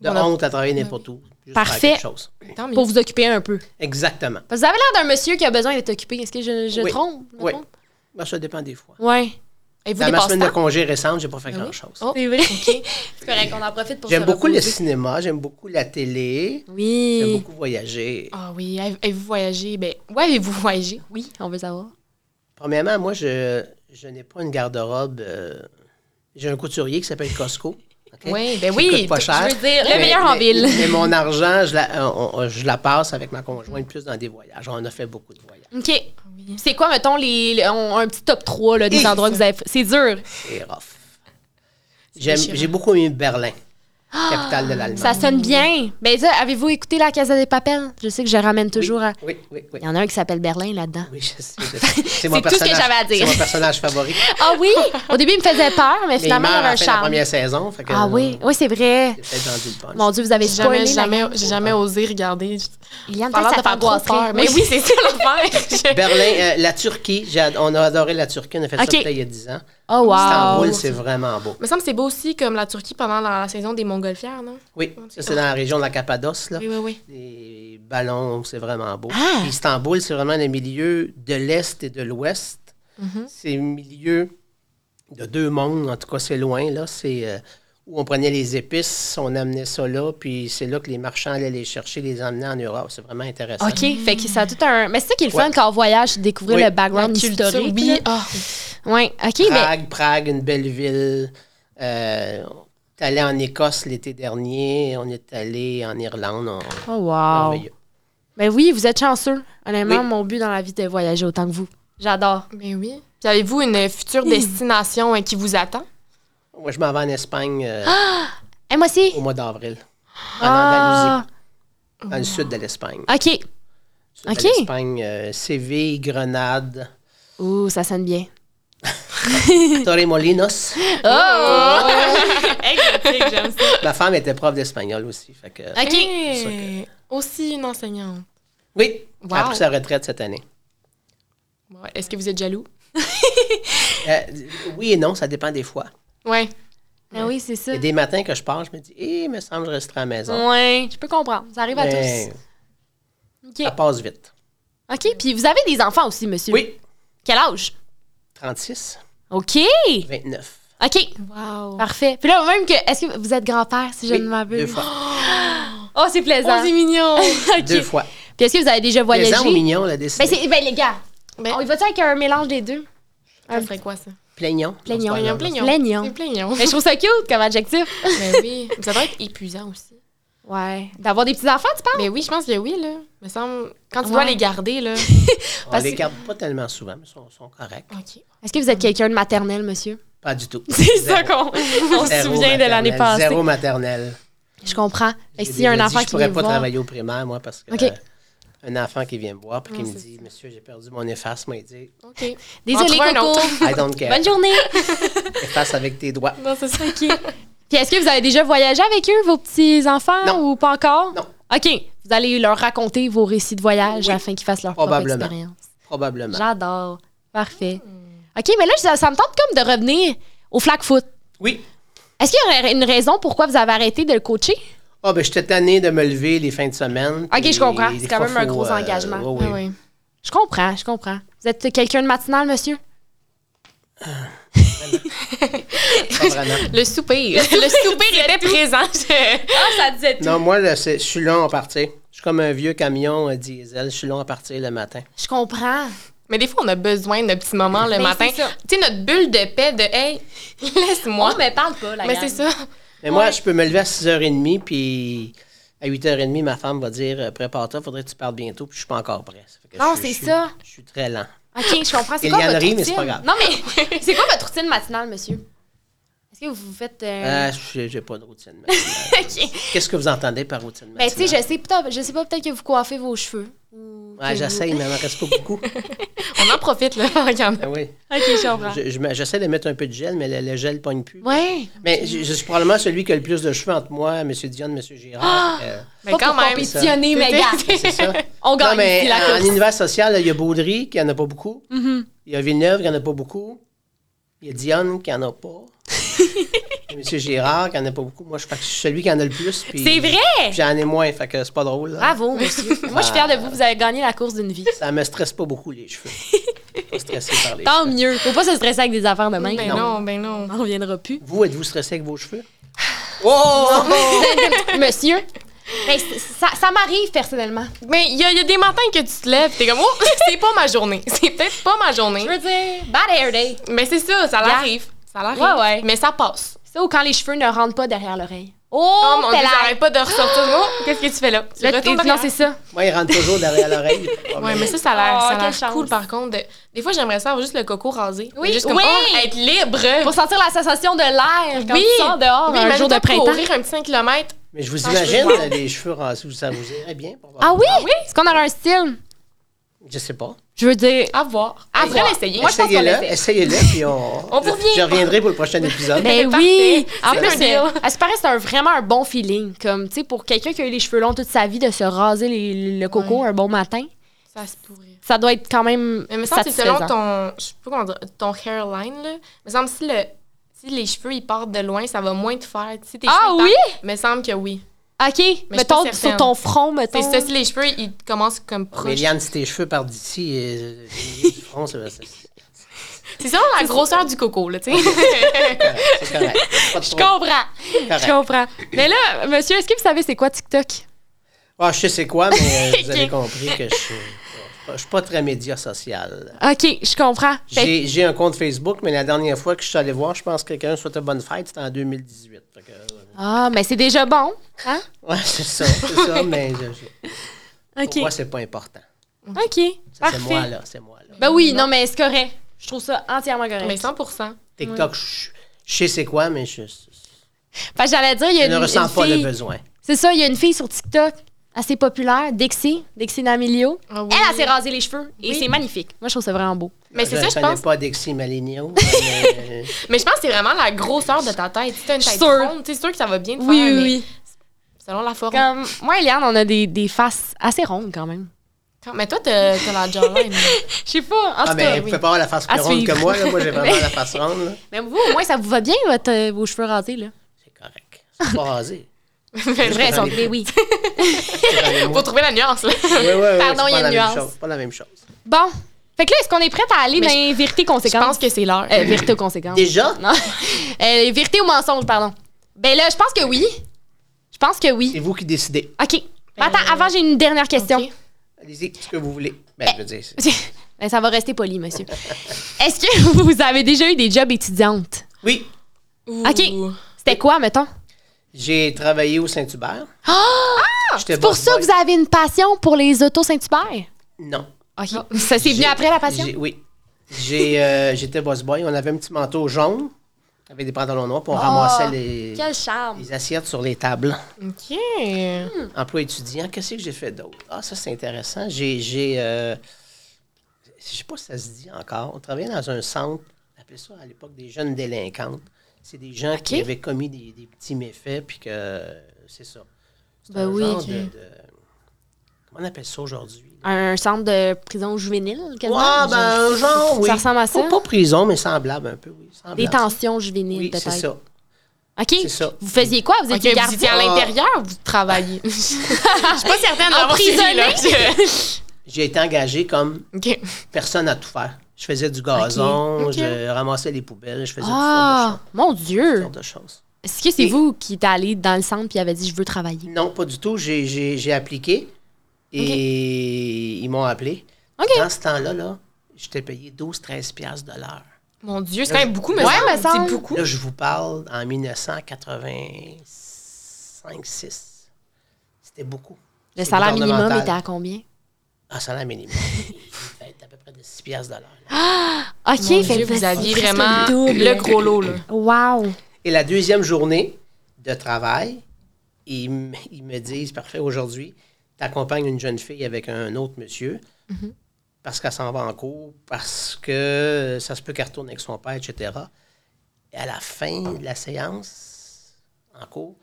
Speaker 3: de
Speaker 2: On a-
Speaker 3: honte à travailler n'importe où. Juste faire
Speaker 1: Parfait.
Speaker 3: quelque chose.
Speaker 2: Tant mieux.
Speaker 1: Pour vous occuper un peu.
Speaker 3: Exactement.
Speaker 1: Parce que vous avez l'air d'un monsieur qui a besoin d'être occupé. Est-ce que je, je
Speaker 3: Oui.
Speaker 1: trompe? je me
Speaker 3: Oui.
Speaker 1: trompe?
Speaker 3: Ben, ça dépend des fois.
Speaker 1: Oui.
Speaker 2: Avez-vous
Speaker 3: Dans
Speaker 2: des
Speaker 3: ma semaine de
Speaker 2: passe-temps?
Speaker 3: congé récente, j'ai pas fait
Speaker 2: Ah oui?
Speaker 3: grand-chose.
Speaker 2: Oh,
Speaker 1: C'est vrai. C'est correct, on en profite pour
Speaker 3: J'aime
Speaker 1: se
Speaker 3: beaucoup le
Speaker 1: reposer.
Speaker 3: cinéma, j'aime beaucoup la télé, j'aime
Speaker 1: Oui.
Speaker 3: beaucoup voyager.
Speaker 2: Ah oui, avez- avez-vous voyagé? Ben, où avez-vous voyagé?
Speaker 1: Oui, on veut savoir.
Speaker 3: Premièrement, moi, je, je n'ai pas une garde-robe. euh, j'ai un couturier qui s'appelle Costco. ok?
Speaker 2: Oui, ben
Speaker 3: Qui
Speaker 2: oui,
Speaker 3: coûte pas
Speaker 2: je
Speaker 3: cher.
Speaker 2: veux dire, le
Speaker 1: meilleur en ville.
Speaker 3: Mais mon argent, je la, on- on- je la passe avec ma conjointe plus dans des voyages. On a fait beaucoup de voyages.
Speaker 1: OK.
Speaker 2: Oui.
Speaker 1: C'est quoi, mettons, les, les- on- un petit top 3 là, des
Speaker 3: Et-
Speaker 1: endroits que vous avez. C'est dur.
Speaker 3: C'est rough. J'aime-
Speaker 2: déchirant.
Speaker 3: J'ai beaucoup aimé Berlin, capitale de l'Allemagne.
Speaker 1: Ah! Ça sonne bien. Ben, ça, avez-vous écouté La Casa des Papels? Je sais que je ramène toujours à.
Speaker 3: Oui, oui, oui.
Speaker 1: Il y en a un qui s'appelle Berlin là-dedans.
Speaker 3: Oui, je sais. je sais. C'est
Speaker 1: tout ce que
Speaker 3: personnage-
Speaker 1: j'avais à dire.
Speaker 3: C'est mon personnage favori.
Speaker 1: Ah oui! Au début, il me faisait peur, mais
Speaker 3: Mais il meurt
Speaker 1: finalement, il y
Speaker 3: à
Speaker 1: avait
Speaker 3: la fin
Speaker 1: un
Speaker 3: de la
Speaker 1: charme.
Speaker 3: première saison. Fait que,
Speaker 1: Ah oui, oui, c'est vrai.
Speaker 3: J'ai peut-être vendu le punch.
Speaker 1: Mon Dieu, vous avez
Speaker 2: J'ai jamais,
Speaker 1: spoilé.
Speaker 2: jamais, j'ai jamais osé regarder.
Speaker 1: Il y a
Speaker 2: Ça a l'air
Speaker 1: ça
Speaker 2: de
Speaker 1: fait
Speaker 2: faire trop
Speaker 1: angoisser.
Speaker 2: peur. Mais oui, c'est ça l'affaire.
Speaker 3: Berlin, euh, la Turquie, j'ai ad- on a adoré la Turquie. On a fait
Speaker 1: Ok.
Speaker 3: ça peut-être il y a 10 ans.
Speaker 1: Oh, wow.
Speaker 3: Istanbul, c'est vraiment beau.
Speaker 2: Me semble que c'est beau aussi comme la Turquie pendant la, la saison des montgolfières, non?
Speaker 3: Oui, ça, c'est dans la région de la Cappadoce. Là.
Speaker 2: Oui, oui, oui.
Speaker 3: Les ballons, c'est vraiment beau.
Speaker 1: Ah!
Speaker 3: Puis Istanbul, c'est vraiment le milieu de l'Est et de l'Ouest.
Speaker 1: Mm-hmm.
Speaker 3: C'est le milieu de deux mondes, en tout cas, c'est loin. là. C'est euh, où on prenait les épices, on amenait ça là, puis c'est là que les marchands allaient les chercher, les amenaient en Europe. C'est vraiment intéressant.
Speaker 1: OK, fait que ça a tout un. Mais c'est ça qui est le fun
Speaker 3: Ouais.
Speaker 1: quand on voyage, c'est découvrir
Speaker 3: Oui.
Speaker 1: le background historique.
Speaker 2: oui. Ah,
Speaker 1: Oui, OK, mais.
Speaker 3: Prague, Prague, une belle ville. Euh, on est allé en Écosse l'été dernier, on est allé en Irlande. on-
Speaker 1: Oh, wow.
Speaker 3: merveilleux.
Speaker 1: Ben oui, vous êtes chanceux. Honnêtement,
Speaker 3: Oui.
Speaker 1: mon but dans la vie, c'est de voyager autant que vous. J'adore.
Speaker 2: mais oui. Puis avez-vous une future destination euh, qui vous attend?
Speaker 3: Moi, je m'en vais en Espagne
Speaker 1: Ah!
Speaker 3: euh,
Speaker 1: Et Eh, moi aussi.
Speaker 3: au mois d'avril, en Andalousie,
Speaker 1: Ah,
Speaker 3: dans le sud de l'Espagne.
Speaker 1: OK.
Speaker 3: Sud de
Speaker 1: Ok.
Speaker 3: l'Espagne, euh, Séville, Grenade,
Speaker 1: Ouh, ça sonne bien.
Speaker 3: Torremolinos.
Speaker 1: Oh!
Speaker 2: Exotique, j'aime ça.
Speaker 3: Ma femme était prof d'espagnol aussi. fait que-
Speaker 1: OK.
Speaker 2: Hey, Aussi une enseignante.
Speaker 3: Oui,
Speaker 2: Wow.
Speaker 3: elle a pris sa retraite cette année.
Speaker 2: Ouais, Est-ce que vous êtes jaloux?
Speaker 3: Euh, oui et non, ça dépend des fois.
Speaker 2: Ouais.
Speaker 1: Ah oui, c'est ça.
Speaker 3: Il y a des matins que je pars, je me dis, eh, il me semble que je resterai à la maison.
Speaker 1: Oui, je peux comprendre. Ça arrive à
Speaker 3: Mais
Speaker 1: tous.
Speaker 3: ça
Speaker 1: OK.
Speaker 3: passe vite.
Speaker 1: OK, puis vous avez des enfants aussi, monsieur.
Speaker 3: Oui,
Speaker 1: Quel âge?
Speaker 3: 36,
Speaker 1: OK.
Speaker 3: 29.
Speaker 1: OK.
Speaker 2: Wow.
Speaker 1: Parfait. Puis là, même que. Est-ce que vous êtes grand-père, si je
Speaker 3: Oui,
Speaker 1: ne
Speaker 3: Deux
Speaker 1: m'abuse?
Speaker 3: fois.
Speaker 1: Oh, c'est plaisant.
Speaker 2: c'est mignon.
Speaker 1: OK.
Speaker 3: Deux fois.
Speaker 1: Puis est-ce que vous avez déjà voyagé?
Speaker 3: Plaisant ou mignon, la décision.
Speaker 1: Ben, c'est, ben, les gars,
Speaker 2: Mais
Speaker 1: on y va-tu avec un mélange des deux?
Speaker 2: ça serait quoi ça?
Speaker 3: Plaignon.
Speaker 1: Plaignon.
Speaker 3: On se parle,
Speaker 2: Plaignon.
Speaker 1: Plaignon.
Speaker 2: C'est hein. plaignon.
Speaker 1: Mais Ben, je trouve ça cute comme adjectif.
Speaker 2: Mais oui. Ça doit être épuisant aussi.
Speaker 1: Ouais. D'avoir des petits-enfants, tu parles?
Speaker 2: Mais oui, je pense que oui, là. Me semble. Quand tu
Speaker 1: Ouais.
Speaker 2: dois les garder, là.
Speaker 3: là. On
Speaker 1: Parce-
Speaker 3: les garde pas tellement souvent, mais ils sont, sont corrects.
Speaker 2: OK.
Speaker 1: Est-ce que vous êtes quelqu'un de maternel, monsieur?
Speaker 3: Pas du tout.
Speaker 1: C'est
Speaker 3: Zéro.
Speaker 1: ça qu'on on se
Speaker 3: Zéro
Speaker 1: souvient de l'année
Speaker 3: maternelle.
Speaker 1: passée.
Speaker 3: Zéro maternelle.
Speaker 1: Je comprends. Fait que
Speaker 3: J'ai
Speaker 1: s'il y a un
Speaker 3: déjà dit,
Speaker 1: enfant
Speaker 3: Je
Speaker 1: qui
Speaker 3: pourrais
Speaker 1: vient
Speaker 3: pas
Speaker 1: vous voir...
Speaker 3: travailler au primaire, moi, parce que.
Speaker 1: Ok.
Speaker 3: euh, un enfant qui vient me voir puis qui
Speaker 2: Non,
Speaker 3: me
Speaker 2: c'est
Speaker 3: dit Monsieur, j'ai perdu mon efface, moi, il dit
Speaker 2: OK.
Speaker 1: Désolé,
Speaker 2: On en trouve un
Speaker 1: Coco.
Speaker 3: I don't care.
Speaker 1: Bonne journée.
Speaker 3: Efface avec tes doigts.
Speaker 2: Non, c'est ça.
Speaker 1: OK. Puis est-ce que vous avez déjà voyagé avec eux, vos petits-enfants,
Speaker 3: Non.
Speaker 1: ou pas encore?
Speaker 3: Non.
Speaker 1: OK. Vous allez leur raconter vos récits de voyage
Speaker 3: Oui.
Speaker 1: afin qu'ils fassent leur propre
Speaker 3: Probablement.
Speaker 1: expérience.
Speaker 3: Probablement.
Speaker 1: J'adore. Parfait. OK, mais là, ça, ça me tente comme de revenir au flag foot.
Speaker 3: Oui.
Speaker 1: Est-ce qu'il y aurait une raison pourquoi vous avez arrêté de le coacher?
Speaker 3: Ah, ben, j'étais tanné de me lever les fins de semaine.
Speaker 1: Ok,
Speaker 3: puis
Speaker 1: je comprends.
Speaker 3: des
Speaker 1: C'est quand
Speaker 3: fois,
Speaker 1: même un
Speaker 3: faut,
Speaker 1: gros
Speaker 3: euh,
Speaker 1: engagement.
Speaker 3: ouais,
Speaker 2: Oui,
Speaker 3: ouais.
Speaker 2: oui.
Speaker 1: Je comprends, je comprends. Vous êtes quelqu'un de matinal, monsieur? Ah,
Speaker 3: Pas vraiment.
Speaker 2: Le soupir. Le soupir était présent. Je-
Speaker 1: Ah, ça disait
Speaker 3: Non, moi, là, c'est- je suis long à partir. Je suis comme un vieux camion euh, diesel. Je suis long à partir le matin.
Speaker 1: Je comprends.
Speaker 2: Mais des fois, on a besoin de petits moments le
Speaker 1: Mais
Speaker 2: matin.
Speaker 1: c'est ça.
Speaker 2: Tu sais, notre bulle de paix de Hey, laisse-moi.
Speaker 1: Oh, mais parle pas, la
Speaker 2: Oh, mais c'est ça.
Speaker 3: Mais moi,
Speaker 1: Ouais.
Speaker 3: je peux me lever à 6h30, puis à 8h30, ma femme va dire euh, Prépare-toi, faudrait que tu partes bientôt, puis je suis pas encore prêt. Ça fait que
Speaker 1: Non,
Speaker 3: je- je
Speaker 1: c'est
Speaker 3: suis-
Speaker 1: ça.
Speaker 3: Je suis très lent.
Speaker 1: OK, je comprends. C'est
Speaker 3: Il
Speaker 1: quoi
Speaker 3: y en
Speaker 1: votre
Speaker 3: rit,
Speaker 1: routine?
Speaker 3: mais c'est pas grave.
Speaker 1: Non, mais c'est quoi votre routine matinale, monsieur? Est-ce que vous vous faites... euh,
Speaker 3: Ah, je j'ai pas de routine matinale.
Speaker 1: OK.
Speaker 3: Qu'est-ce que vous entendez par routine
Speaker 1: Ben,
Speaker 3: matinale?
Speaker 1: tu sais, je sais pas, je sais pas peut-être que vous coiffez vos cheveux. ou que
Speaker 3: Ouais,
Speaker 1: vous-
Speaker 3: j'essaye, mais il m'en reste pas beaucoup.
Speaker 2: On en profite, là. Regarde.
Speaker 3: Ah oui.
Speaker 1: OK, je comprends.
Speaker 3: Je- je me- J'essaie de mettre un peu de gel, mais le, le gel pogne plus.
Speaker 1: Ouais.
Speaker 3: Mais je, je suis probablement celui qui a le plus de cheveux entre moi, M. Dion, M.
Speaker 1: Ah!
Speaker 3: Girard. euh,
Speaker 2: Mais
Speaker 1: pas
Speaker 2: quand
Speaker 1: pour
Speaker 2: même.
Speaker 1: compétitionner, mais
Speaker 2: C'est-
Speaker 1: gars,
Speaker 3: c'est ça.
Speaker 1: on
Speaker 3: Non,
Speaker 1: gagne
Speaker 3: mais
Speaker 1: ici la
Speaker 3: en, en
Speaker 1: course. Mm-hmm.
Speaker 3: univers social, là, il y a Baudry, qui en a pas beaucoup. Il y a Villeneuve, qui en a pas beaucoup. Il y a Dion, qui en a pas. Il y a M. Girard, qui en a pas beaucoup. Moi, je, fait que je suis celui qui en a le plus. puis-
Speaker 1: C'est vrai!
Speaker 3: puis J'en ai moins, fait que c'est pas drôle. là.
Speaker 1: Bravo, monsieur. Moi, je suis fière de vous. Vous avez gagné la course d'une vie.
Speaker 3: Ça me stresse pas beaucoup, les cheveux. Je suis pas stressé par les
Speaker 1: Tant
Speaker 3: cheveux.
Speaker 1: mieux. Faut pas se stresser avec des affaires de même.
Speaker 2: Ben
Speaker 3: Non.
Speaker 2: non, ben non.
Speaker 1: On reviendra plus.
Speaker 3: Vous, êtes-vous stressé avec vos cheveux? Oh!
Speaker 1: Monsieur, ben, c- ça, ça m'arrive personnellement.
Speaker 2: Mais il y, a- il y a des matins que tu te lèves, t'es comme, oh, c'est pas ma journée. C'est peut-être pas ma journée.
Speaker 1: Je veux dire, bad hair day.
Speaker 2: Mais c'est ça, ça l'arrive. Ça l'arrive.
Speaker 1: Ouais, ouais.
Speaker 2: Mais ça passe.
Speaker 1: C'est ou quand les cheveux ne rentrent pas derrière l'oreille. Oh,
Speaker 2: Oh mon
Speaker 1: t'es
Speaker 2: dieu,
Speaker 1: là.
Speaker 2: j'arrête pas de ressortir le mot. Qu'est-ce que tu fais là? Tu
Speaker 1: Là,
Speaker 2: retournes
Speaker 1: t'es-
Speaker 2: derrière.
Speaker 1: Non, c'est ça.
Speaker 3: Moi, il rentre toujours derrière l'oreille.
Speaker 2: Ouais, mais ça, ça a l'air,
Speaker 1: Oh,
Speaker 2: ça a
Speaker 1: quelle
Speaker 2: l'air
Speaker 1: chance.
Speaker 2: cool par contre. de- Des fois, j'aimerais ça avoir juste le coco rasé.
Speaker 1: Oui,
Speaker 2: juste comme,
Speaker 1: oui!
Speaker 2: oh, être libre.
Speaker 1: Pour sentir la sensation de l'air quand
Speaker 2: Oui.
Speaker 1: tu sors dehors
Speaker 2: Oui,
Speaker 1: un jour de
Speaker 2: imagine-toi
Speaker 1: printemps.
Speaker 2: Courir un petit 5 km.
Speaker 3: Mais je vous
Speaker 2: Ah,
Speaker 3: imagine
Speaker 2: je peux-
Speaker 3: euh, les cheveux rasés, ça vous irait bien. Pour
Speaker 1: Ah oui? Est-ce qu'on aurait un style?
Speaker 3: Je sais pas.
Speaker 1: Je veux dire...
Speaker 2: À voir.
Speaker 1: À
Speaker 2: À
Speaker 1: voir.
Speaker 2: l'essayer.
Speaker 1: Moi, je pense qu'on
Speaker 3: Essayez-le,
Speaker 1: l'essaie.
Speaker 3: essayez-le, puis on.
Speaker 2: On vous revient.
Speaker 3: Je reviendrai pour le prochain épisode.
Speaker 1: Ben
Speaker 2: Parfait.
Speaker 1: oui! En
Speaker 2: C'est
Speaker 1: plus,
Speaker 2: un
Speaker 1: euh,
Speaker 2: deal.
Speaker 1: à ce paraît, c'est un- vraiment un bon feeling. Comme, tu sais, pour quelqu'un qui a eu les cheveux longs toute sa vie, de se raser les- le coco
Speaker 2: Ouais.
Speaker 1: un bon matin,
Speaker 2: Ça se pourrait.
Speaker 1: ça doit être quand même
Speaker 2: Mais me semble que c'est
Speaker 1: satisfaisant.
Speaker 2: selon ton. Je sais pas comment dire. Ton hairline, là. Me semble que si le. Si les cheveux ils partent de loin, ça va moins te faire. Si tes
Speaker 1: Ah
Speaker 2: cheveux, ils
Speaker 1: oui?
Speaker 2: partent, Me semble que oui.
Speaker 1: OK.
Speaker 2: pas
Speaker 1: mettons, sur
Speaker 2: certaine.
Speaker 1: ton front, mettons.
Speaker 2: C'est ça, si les cheveux ils commencent comme
Speaker 3: Mais
Speaker 2: proches.
Speaker 3: Liane, si tes cheveux partent d'ici, euh, du front, c'est c'est-
Speaker 2: C'est selon la grosseur du coco, là, tu sais.
Speaker 3: c'est correct. Pas de
Speaker 1: Je
Speaker 3: trouble.
Speaker 1: comprends. Je
Speaker 3: Correct.
Speaker 1: comprends. Mais là, monsieur, est-ce que vous savez c'est quoi TikTok?
Speaker 3: Ah, je sais c'est quoi, mais euh, vous avez
Speaker 1: Ok.
Speaker 3: compris que je suis, je suis pas très média social.
Speaker 1: OK, je comprends. Fait-
Speaker 3: J'ai j'ai un compte Facebook, mais la dernière fois que je suis allé voir, je pense que quelqu'un souhaitait bonne fête, c'était en 2018. Fait que, euh,
Speaker 1: Ah, mais c'est déjà bon. Hein?
Speaker 3: ouais, c'est ça, c'est ça, mais je- je-
Speaker 1: OK.
Speaker 3: pour moi, c'est pas important.
Speaker 1: OK.
Speaker 3: Ça,
Speaker 1: Parfait.
Speaker 3: C'est moi, là, c'est moi, là.
Speaker 1: Ben oui, non, mais c'est correct. Je trouve ça entièrement correct.
Speaker 2: Mais 100
Speaker 3: TikTok, je, je sais c'est quoi, mais je, je
Speaker 1: Fait que j'allais dire, il y a une,
Speaker 3: ne ressens
Speaker 1: une
Speaker 3: pas le
Speaker 1: fille-
Speaker 3: besoin.
Speaker 1: C'est ça, il y a une fille sur TikTok assez populaire, Dixie, Dixie D'Amelio.
Speaker 2: Ah oui.
Speaker 1: Elle, Eh, elle s'est rasé les cheveux et
Speaker 2: Oui.
Speaker 1: c'est magnifique. Moi, je trouve ça vraiment beau.
Speaker 2: Mais c'est ça, je
Speaker 3: Ah, connais
Speaker 2: pense.
Speaker 3: pas Dixie Maligno. mais, euh,
Speaker 2: Mais je pense que c'est vraiment la grosseur de ta tête. Si t'as une
Speaker 1: Je suis
Speaker 2: tête
Speaker 1: sûre.
Speaker 2: ronde, tu sais, c'est sûr que ça va bien te faire. mais Selon la forme.
Speaker 1: Comme moi, Eliane, on a des, des faces assez rondes quand même.
Speaker 2: Quand- Mais toi, t'as t'as la jawline.
Speaker 1: Je sais pas. En
Speaker 3: ah,
Speaker 1: tout
Speaker 3: mais
Speaker 1: cas,
Speaker 3: vous
Speaker 1: oui.
Speaker 3: pouvez pas avoir la face
Speaker 1: À
Speaker 3: plus ronde que
Speaker 1: suivre.
Speaker 3: moi. Là. Moi, j'ai vraiment la face ronde. là.
Speaker 1: Mais vous, au moins, ça vous va bien, votre, euh, vos cheveux rasés, là.
Speaker 3: C'est correct. C'est pas rasé.
Speaker 1: C'est vrai,
Speaker 3: j'en
Speaker 1: ça.
Speaker 3: ai
Speaker 1: Mais oui.
Speaker 2: Faut trouver la nuance, là.
Speaker 3: Oui, oui, oui,
Speaker 1: Pardon,
Speaker 3: c'est
Speaker 1: il y
Speaker 3: pas la
Speaker 1: a une
Speaker 3: même
Speaker 1: nuance.
Speaker 3: chose, Pas la même chose.
Speaker 1: Bon. Fait que là, est-ce qu'on est prête à aller
Speaker 2: Mais
Speaker 1: dans les vérités
Speaker 2: Je pense
Speaker 1: conséquences?
Speaker 2: que c'est l'heure.
Speaker 1: Euh, vérité aux conséquences.
Speaker 3: Déjà?
Speaker 1: Non. Euh, les vérités ou mensonges, pardon. Ben là, je pense que oui. Je pense que oui.
Speaker 3: C'est vous qui décidez.
Speaker 1: OK. Ben Attends, avant, j'ai une dernière question.
Speaker 2: Ok.
Speaker 3: Allez-y, ce que vous voulez. Ben, je veux dire, c'est-
Speaker 1: Ben, ça va rester poli, monsieur. Est-ce que vous avez déjà eu des jobs étudiantes?
Speaker 3: Oui,
Speaker 2: Ouh.
Speaker 1: Ok. C'était quoi, mettons?
Speaker 3: j'ai travaillé au Saint-Hubert. Ah!
Speaker 1: C'est pour ça que vous avez une passion pour les autos Saint-Hubert?
Speaker 3: Non.
Speaker 1: OK. Ça, c'est venu
Speaker 3: J'ai-
Speaker 1: après la passion?
Speaker 3: j'ai- Oui. J'ai, euh, J'étais boss boy. On avait un petit manteau jaune avec des pantalons noirs, puis
Speaker 1: Ah!
Speaker 3: on ramassait les,
Speaker 1: Quel charme!
Speaker 3: les assiettes sur les tables.
Speaker 2: Ok.
Speaker 3: Emploi étudiant, qu'est-ce que j'ai fait d'autre? Ah, ça, c'est intéressant. J'ai. j'ai euh, je sais pas si ça se dit encore. On travaillait dans un centre, on appelait ça à l'époque des jeunes délinquantes. C'est des gens qui
Speaker 1: Ok.
Speaker 3: avaient commis des, des petits méfaits, puis que. euh, C'est ça. C'est
Speaker 1: Ben oui,
Speaker 3: genre
Speaker 1: ok.
Speaker 3: de- de- Comment on appelle ça aujourd'hui?
Speaker 1: Un centre de prison juvénile, quasiment?
Speaker 3: Ouais, ben, genre, oui.
Speaker 1: Ça ressemble à ça?
Speaker 3: Pas, pas prison, mais semblable un peu, oui.
Speaker 1: Des
Speaker 3: semblable.
Speaker 1: tensions
Speaker 3: Oui,
Speaker 1: juvéniles,
Speaker 3: c'est
Speaker 1: peut-être.
Speaker 3: ça.
Speaker 1: OK.
Speaker 3: C'est ça.
Speaker 1: Vous faisiez quoi? Vous
Speaker 2: Ok,
Speaker 1: étiez
Speaker 2: vous étiez
Speaker 1: gardien?
Speaker 2: à
Speaker 3: Ah.
Speaker 2: l'intérieur ou vous travaillez? Je suis pas certaine d'avoir suivi, là.
Speaker 3: J'ai été engagé comme
Speaker 2: Ok.
Speaker 3: personne à tout faire. Je faisais du gazon,
Speaker 2: Ok.
Speaker 3: je ramassais les poubelles, je faisais
Speaker 1: Ah, mon
Speaker 3: toutes
Speaker 1: Dieu!
Speaker 3: sortes de choses. toutes sortes de choses.
Speaker 1: Est-ce que c'est
Speaker 3: Et-
Speaker 1: vous qui êtes allé dans le centre puis avez dit « je veux travailler
Speaker 3: Non, pas du tout. J'ai- J'ai j'ai appliqué et ils m'ont appelé.
Speaker 1: Ok.
Speaker 3: Dans ce temps-là, là, j'étais payé 12-13 piastres de l'heure.
Speaker 2: Mon Dieu, c'est quand même beaucoup, mais
Speaker 1: Ouais, me semble.
Speaker 2: c'est beaucoup.
Speaker 3: Là, je vous parle en 1985-6. C'était beaucoup. ».
Speaker 1: Le
Speaker 3: C'est
Speaker 1: salaire minimum
Speaker 3: gouvernemental.
Speaker 1: était à combien?
Speaker 3: Ah, salaire minimum. Il était à peu près de 6 piastres de l'heure.
Speaker 1: OK,
Speaker 2: Mon
Speaker 1: fait
Speaker 2: Dieu,
Speaker 1: que
Speaker 2: vous aviez
Speaker 1: c'est presque
Speaker 2: vraiment
Speaker 1: double.
Speaker 2: le gros lot, là.
Speaker 1: Wow!
Speaker 3: Et la deuxième journée de travail, ils, m- ils me disent Parfait, aujourd'hui, tu accompagnes une jeune fille avec un autre monsieur
Speaker 1: Mhm.
Speaker 3: parce qu'elle s'en va en cours, parce que ça se peut qu'elle retourne avec son père, etc. Et à la fin de la séance, en cours,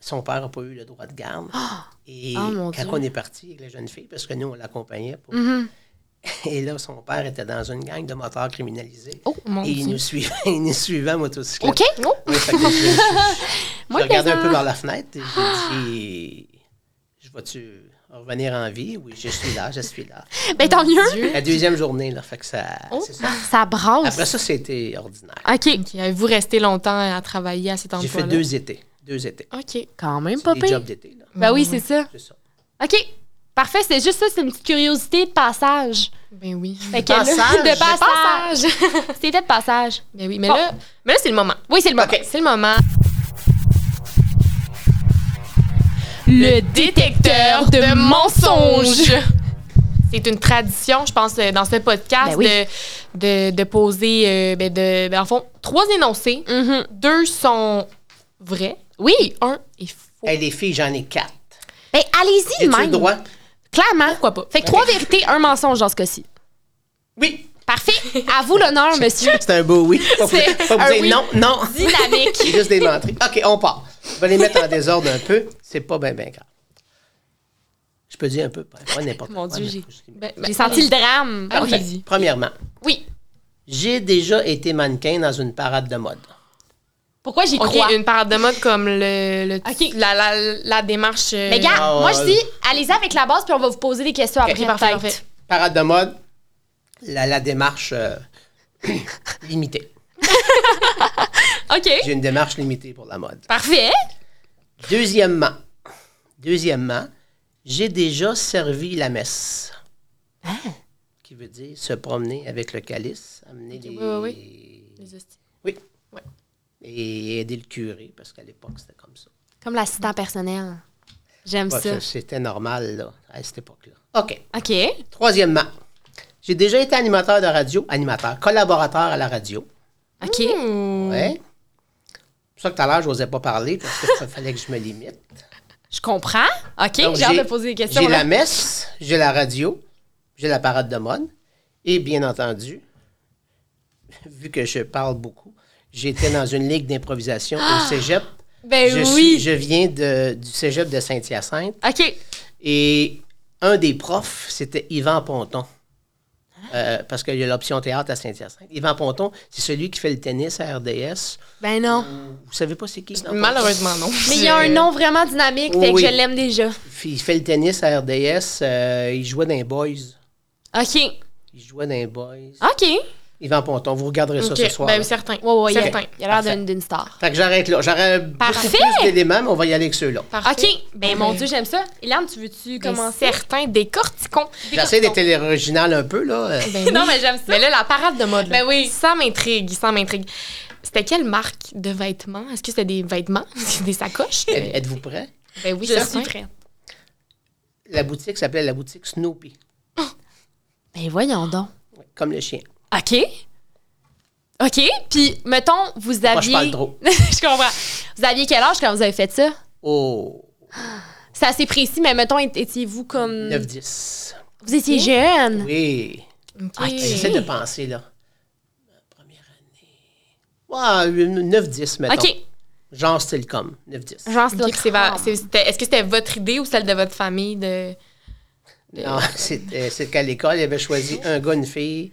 Speaker 3: son père n'a pas eu le droit de garde. Et
Speaker 1: Ah, mon
Speaker 3: quand
Speaker 1: Dieu. Mhm.
Speaker 3: on est parti avec la jeune fille, parce que nous, on l'accompagnait, pour- et là, son père était dans une gang de motards criminalisés.
Speaker 2: Oh, mon
Speaker 3: et il
Speaker 2: Dieu.
Speaker 3: nous suivait, il nous suivait en motocyclette.
Speaker 1: Ah, OK?
Speaker 2: Oh,
Speaker 3: Oui, fait que je, je- je-
Speaker 1: Moi,
Speaker 3: je regardais un
Speaker 1: plaisant.
Speaker 3: peu par la fenêtre et j'ai dit Je vais-tu revenir en vie Oui, je suis là, je suis là.
Speaker 1: Ben tant mieux!
Speaker 3: La deuxième journée, là, fait que ça.
Speaker 1: Oh,
Speaker 3: c'est ça.
Speaker 1: Ça brasse!
Speaker 3: Après ça, c'était ordinaire.
Speaker 1: OK.
Speaker 2: Ok, Avez-vous resté longtemps à travailler à cet
Speaker 3: J'ai fait
Speaker 2: emploi-là?
Speaker 3: deux étés. Deux étés.
Speaker 2: Ok.
Speaker 1: Quand même
Speaker 3: C'est
Speaker 1: pas
Speaker 3: des
Speaker 1: pire.
Speaker 3: jobs d'été, là.
Speaker 1: Ben oui, c'est ça.
Speaker 3: C'est ça.
Speaker 1: OK. Parfait, c'est juste ça, c'est une petite curiosité de passage.
Speaker 2: Ben oui.
Speaker 1: Fait que là-
Speaker 3: passage?
Speaker 1: de
Speaker 3: De
Speaker 1: passage. C'était de passage.
Speaker 2: Ben oui, mais
Speaker 1: Bon.
Speaker 2: là, mais là Ben, c'est le moment.
Speaker 1: Oui, c'est le moment.
Speaker 2: C'est le moment.
Speaker 1: le détecteur de mensonges.
Speaker 2: C'est une tradition, je pense, euh, dans ce podcast,
Speaker 1: Ben oui.
Speaker 2: de, de, de poser, euh, ben de, ben en fond, trois énoncés.
Speaker 1: Mhm.
Speaker 2: Deux sont vrais,
Speaker 1: Oui.
Speaker 2: un est faux.
Speaker 3: Hey, les filles, j'en ai quatre.
Speaker 1: Ben, allez-y,
Speaker 3: J'ai-tu le
Speaker 1: même.
Speaker 3: droit?
Speaker 1: Clairement.
Speaker 2: Pourquoi pas?
Speaker 1: Fait que trois vérités, un mensonge dans ce cas-ci.
Speaker 3: Oui.
Speaker 1: Parfait. À vous l'honneur, monsieur.
Speaker 3: C'est un beau oui. Pas vous,
Speaker 1: C'est
Speaker 3: pas vous
Speaker 1: un
Speaker 3: dire
Speaker 1: oui.
Speaker 3: non, non.
Speaker 1: Dynamique.
Speaker 3: C'est juste des menteries. OK, on part. Je vais les mettre en désordre un peu. C'est pas bien, bien grave. Je peux dire un peu, pas pas n'importe
Speaker 1: Oh Mon
Speaker 3: quoi.
Speaker 1: Dieu, j'ai-
Speaker 3: n'importe ce qui me-
Speaker 2: Ben, ben,
Speaker 1: J'ai senti le drame.
Speaker 2: Ah oui.
Speaker 1: Parfait.
Speaker 2: Vas-y.
Speaker 3: Premièrement,
Speaker 1: Oui.
Speaker 3: j'ai déjà été mannequin dans une parade de mode.
Speaker 1: Pourquoi j'y
Speaker 2: OK,
Speaker 1: crois?
Speaker 2: une parade de mode comme le, le-
Speaker 1: OK.
Speaker 2: la, la, la démarche. euh,
Speaker 1: Mais gars,
Speaker 3: Ah ouais,
Speaker 1: moi je
Speaker 3: ouais.
Speaker 1: dis, allez-y avec la base, puis on va vous poser des questions après.
Speaker 2: parfait,
Speaker 1: peut-être.
Speaker 2: parfait.
Speaker 3: Parade de mode, la, la démarche euh, limitée.
Speaker 1: OK.
Speaker 3: J'ai une démarche limitée pour la mode.
Speaker 1: Parfait.
Speaker 3: Deuxièmement, deuxièmement, j'ai déjà servi la messe. Qui veut dire se promener avec le calice, amener les,
Speaker 2: oui, les hosties.
Speaker 3: Oui.
Speaker 2: Ouais.
Speaker 3: Et aider le curé, parce qu'à l'époque, c'était comme ça.
Speaker 1: Comme l'assistant personnel. J'aime
Speaker 3: Ouais,
Speaker 1: ça.
Speaker 3: ça, C'était normal, là, à cette époque-là. OK.
Speaker 1: OK.
Speaker 3: Troisièmement, j'ai déjà été animateur de radio, animateur, collaborateur à la radio.
Speaker 1: OK.
Speaker 3: Ouais. C'est pour ça que tout à l'heure, je n'osais pas parler, parce que ça fallait que je me limite.
Speaker 1: Je comprends. OK.
Speaker 3: Donc,
Speaker 1: J'ai hâte de poser des questions.
Speaker 3: Ah
Speaker 1: hein.
Speaker 3: J'ai
Speaker 1: là.
Speaker 3: la messe, j'ai la radio, j'ai la parade de mode. Et bien entendu, vu que je parle beaucoup, j'étais dans une ligue d'improvisation au cégep.
Speaker 1: Ah! Ben
Speaker 3: je, suis-
Speaker 1: oui.
Speaker 3: je viens de- du cégep de Saint-Hyacinthe.
Speaker 1: OK.
Speaker 3: Et un des profs, c'était Yvan Ponton. Euh, parce qu'il y a l'option théâtre à Saint-Hyacinthe. Yvan Ponton, c'est celui qui fait le tennis à RDS.
Speaker 1: Ben non.
Speaker 3: Vous savez pas c'est qui? non?
Speaker 2: Malheureusement, non.
Speaker 1: Mais il y a un nom vraiment dynamique, fait
Speaker 3: Oui.
Speaker 1: que je l'aime déjà.
Speaker 3: Il fait le tennis à RDS. euh, il jouait dans les Boys.
Speaker 1: OK.
Speaker 3: Il jouait dans les Boys.
Speaker 1: OK. Ouais,
Speaker 3: Yvan Ponton, vous regarderez ça
Speaker 2: OK,
Speaker 3: ce soir.
Speaker 2: ben,
Speaker 3: là.
Speaker 2: certain.
Speaker 1: ouais, il a-
Speaker 2: certain.
Speaker 1: il a l'air
Speaker 3: Parfait.
Speaker 1: d'une- d'une star.
Speaker 3: Fait que j'arrête là. J'aurais beaucoup
Speaker 1: Parfait.
Speaker 3: plus d'éléments, mais on va y aller avec ceux-là.
Speaker 1: OK.
Speaker 2: Parfait.
Speaker 1: Ben mon Dieu, j'aime ça. Ilan, tu veux-tu
Speaker 2: Comment
Speaker 1: commencer?
Speaker 2: certains décortiquons.
Speaker 3: J'essaie d'être original un peu, là. Euh,
Speaker 2: Ben oui.
Speaker 1: Non, mais j'aime ça.
Speaker 2: Mais là, la parade de mode. là,
Speaker 1: Ben oui.
Speaker 2: Ça m'intrigue, ça m'intrigue. C'était quelle marque de vêtements? Est-ce que c'était des vêtements? Est-ce que des sacoches?
Speaker 1: Euh,
Speaker 3: êtes- Euh, Êtes-vous prêts?
Speaker 2: Ben oui,
Speaker 1: je
Speaker 2: certain.
Speaker 1: suis prête.
Speaker 3: La boutique s'appelait la boutique Snoopy,
Speaker 1: Ben voyons donc.
Speaker 3: comme le chien.
Speaker 1: OK. OK. Puis, mettons, vous aviez.
Speaker 3: Moi, je parle trop.
Speaker 1: je comprends. Vous aviez quel âge quand vous avez fait ça?
Speaker 3: Oh,
Speaker 1: C'est assez précis, mais mettons, é- étiez-vous comme.
Speaker 3: 9-10.
Speaker 1: Vous étiez jeune.
Speaker 3: Oui.
Speaker 2: Euh, OK.
Speaker 3: J'essaie de penser, là. Ma Première année. Ouais, une- 9-10, mettons.
Speaker 1: OK.
Speaker 3: Genre Stilcom, 9-10.
Speaker 1: Genre,
Speaker 2: Ok, puis c'est va- c'est- c'était- Est-ce que c'était votre idée ou celle de votre famille? De...
Speaker 3: Non, c'était- ah, c'est qu'à l'école, il avait choisi un gars, une fille,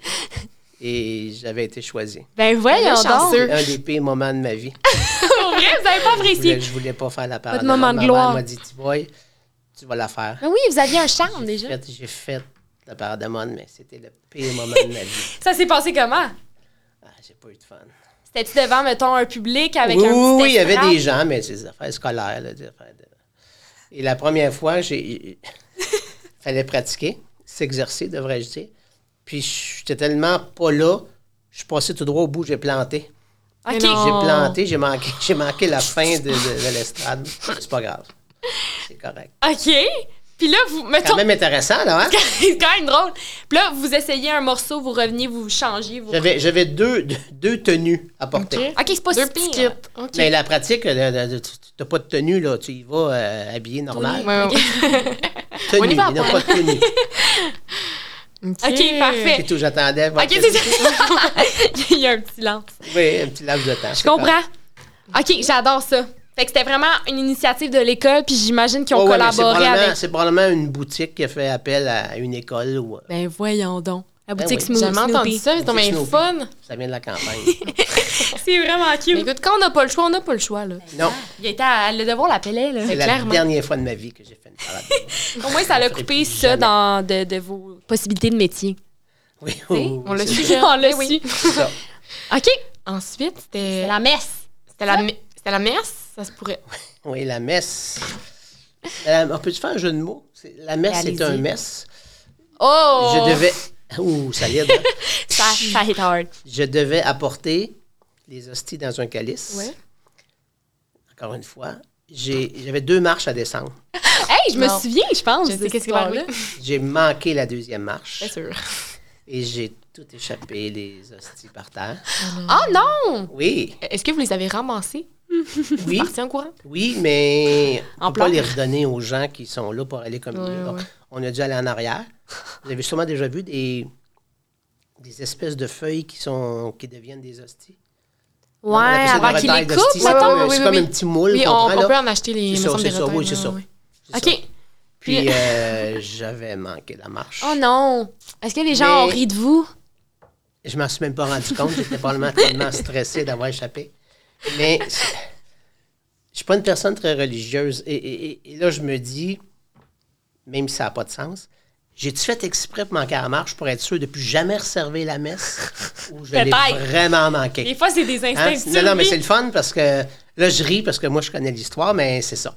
Speaker 3: et j'avais été choisi.
Speaker 1: Ben voyons
Speaker 2: Ben,
Speaker 1: donc.
Speaker 2: chanceux.
Speaker 3: Un des pires moments de ma vie.
Speaker 1: Pour vrai, vous avez pas
Speaker 3: Je voulais,
Speaker 1: apprécié.
Speaker 3: je voulais pas faire la parole.
Speaker 1: Votre moment de gloire.
Speaker 3: Ma mère m'a dit, tu vois, tu vas la faire.
Speaker 1: Mais oui, vous aviez un charme
Speaker 3: J'ai
Speaker 1: déjà.
Speaker 3: fait- J'ai fait la parole de mode, mais c'était le pire moment de ma vie.
Speaker 1: Ça s'est passé comment?
Speaker 3: Ah, J'ai pas eu de fun.
Speaker 1: C'était-tu devant, mettons, un public avec
Speaker 3: oui,
Speaker 1: un.
Speaker 3: oui,
Speaker 1: petit
Speaker 3: oui, il y avait
Speaker 1: estrade?
Speaker 3: des gens, mais c'est des affaires scolaires. là, des affaires de- Et la première fois, j'ai fallait pratiquer, s'exercer, devrais-je dire. Puis j'étais tellement pas là, je suis passé tout droit au bout, j'ai planté.
Speaker 1: OK.
Speaker 2: Mais non.
Speaker 3: J'ai
Speaker 2: Oh.
Speaker 3: planté, j'ai manqué, j'ai manqué la fin de, de- de l'estrade. C'est pas grave. C'est correct.
Speaker 1: OK. Puis là, vous.
Speaker 3: Quand
Speaker 1: Mettons.
Speaker 3: même intéressant, là, hein?
Speaker 1: C'est quand même drôle. Puis là, vous essayez un morceau, vous reveniez, vous changez. Vous...
Speaker 3: J'avais, j'avais deux, deux, deux tenues à porter.
Speaker 2: Ok.
Speaker 1: OK, c'est pas
Speaker 2: Deux Ben,
Speaker 1: si
Speaker 2: petits
Speaker 1: pire.
Speaker 2: kits. OK.
Speaker 3: Mais la pratique, euh, de- de- tu n'as pas de tenue, là. Tu y vas euh, habillé normal.
Speaker 2: Ouais, ouais,
Speaker 3: Tenue,
Speaker 2: On y
Speaker 3: il
Speaker 2: va
Speaker 3: n'a
Speaker 2: après.
Speaker 3: pas de tenue.
Speaker 1: OK, parfait.
Speaker 3: C'est tout, j'attendais. voir
Speaker 1: OK,
Speaker 3: que-
Speaker 1: c'est ça. Il y a un petit lance.
Speaker 3: Oui, un petit laps de temps.
Speaker 1: Je comprends. OK, j'adore ça. Fait que c'était vraiment une initiative de l'école, puis j'imagine qu'ils ont collaboré avec.
Speaker 3: Oh, C'est probablement une boutique qui a fait appel à une école ou. euh,
Speaker 1: Ben voyons donc. La
Speaker 3: Ben
Speaker 1: boutique
Speaker 3: oui.
Speaker 2: J'ai
Speaker 1: Smooth-
Speaker 2: jamais entendu
Speaker 1: Snoopy.
Speaker 2: ça, c'est
Speaker 3: Snoopy.
Speaker 2: mais fun.
Speaker 3: Ça vient de la campagne.
Speaker 1: C'est vraiment
Speaker 2: Mais
Speaker 1: cute.
Speaker 2: écoute, quand on n'a pas le choix, on n'a pas le choix, là.
Speaker 3: non,
Speaker 1: Il était à- le devoir l'appelait, là.
Speaker 3: c'est la
Speaker 2: clairement.
Speaker 3: dernière fois de ma vie que j'ai fait une parade.
Speaker 1: Au moins, ça l'a
Speaker 3: ferait
Speaker 1: coupé,
Speaker 3: plus
Speaker 1: ça,
Speaker 3: jamais.
Speaker 1: dans de, de vos possibilités de métier.
Speaker 3: Oui, oui, oui,
Speaker 2: On l'a
Speaker 3: c'est
Speaker 2: su.
Speaker 1: On l'a
Speaker 2: Ben oui.
Speaker 1: su.
Speaker 3: ça, ça.
Speaker 1: OK,
Speaker 2: Ensuite, c'était
Speaker 1: c'est Euh, la Oh, messe.
Speaker 2: c'était la, me- c'était la messe, ça se pourrait.
Speaker 3: Oui, la messe. Euh, on peut-tu faire un jeu de mots? C'est- La messe, c'est
Speaker 1: Allez-y.
Speaker 3: un messe.
Speaker 1: Oh!
Speaker 3: Je devais. Ouh, salide. hein?
Speaker 1: Ça, ça hit hard.
Speaker 3: Je devais apporter les hosties dans un calice.
Speaker 2: Ouais.
Speaker 3: Encore une fois, j'ai- j'avais deux marches à descendre.
Speaker 1: Hey, je me
Speaker 2: Non.
Speaker 1: souviens, je pense.
Speaker 2: Je sais
Speaker 1: de cette
Speaker 2: qu'est-ce qui va
Speaker 1: histoire-là.
Speaker 2: arriver.
Speaker 3: J'ai manqué la deuxième marche
Speaker 2: Bien sûr.
Speaker 3: et j'ai tout échappé, les hosties par terre.
Speaker 1: Ah non!
Speaker 3: Oui,
Speaker 2: Est-ce que vous les avez ramassés?
Speaker 3: oui,
Speaker 2: Partis en courant?
Speaker 3: oui, mais on
Speaker 1: En
Speaker 3: peut pas
Speaker 1: pleurs.
Speaker 3: les redonner aux gens qui sont là pour aller comme
Speaker 2: Ouais,
Speaker 3: nous. Donc,
Speaker 2: ouais.
Speaker 3: on a dû aller en arrière. Vous avez sûrement déjà vu des, des espèces de feuilles qui, sont, qui deviennent des hosties.
Speaker 1: Ouais, avant qu'il les coupe,
Speaker 3: C'est
Speaker 2: mettons.
Speaker 3: comme,
Speaker 2: Oui,
Speaker 3: c'est
Speaker 2: oui,
Speaker 3: comme
Speaker 2: oui.
Speaker 3: un petit moule
Speaker 2: Oui,
Speaker 3: qu'on
Speaker 2: on,
Speaker 3: prend,
Speaker 2: on
Speaker 3: là.
Speaker 2: peut en acheter les
Speaker 3: C'est
Speaker 2: me
Speaker 3: ça,
Speaker 2: semble, des
Speaker 3: c'est ça,
Speaker 2: retailles,
Speaker 3: oui, c'est
Speaker 2: ouais,
Speaker 3: ça.
Speaker 2: ouais.
Speaker 3: C'est ça.
Speaker 1: hein, OK.
Speaker 3: Puis euh, j'avais manqué la marche.
Speaker 1: Oh non! Est-ce que les gens
Speaker 3: Mais-
Speaker 1: ont ri de vous?
Speaker 3: Je m'en suis même pas rendu compte. J'étais probablement tellement stressé d'avoir échappé. Mais c'est- je suis pas une personne très religieuse. Et, et- et- et là, je me dis, même si ça n'a pas de sens, j'ai-tu fait exprès pour manquer à la marche pour être sûr de plus jamais resservir la messe ou je l'ai
Speaker 1: Peut-être.
Speaker 3: vraiment manqué?
Speaker 1: fois, c'est des
Speaker 3: Hein? Non, non, mais c'est le fun parce que là, je ris parce que moi, je connais l'histoire, mais c'est ça.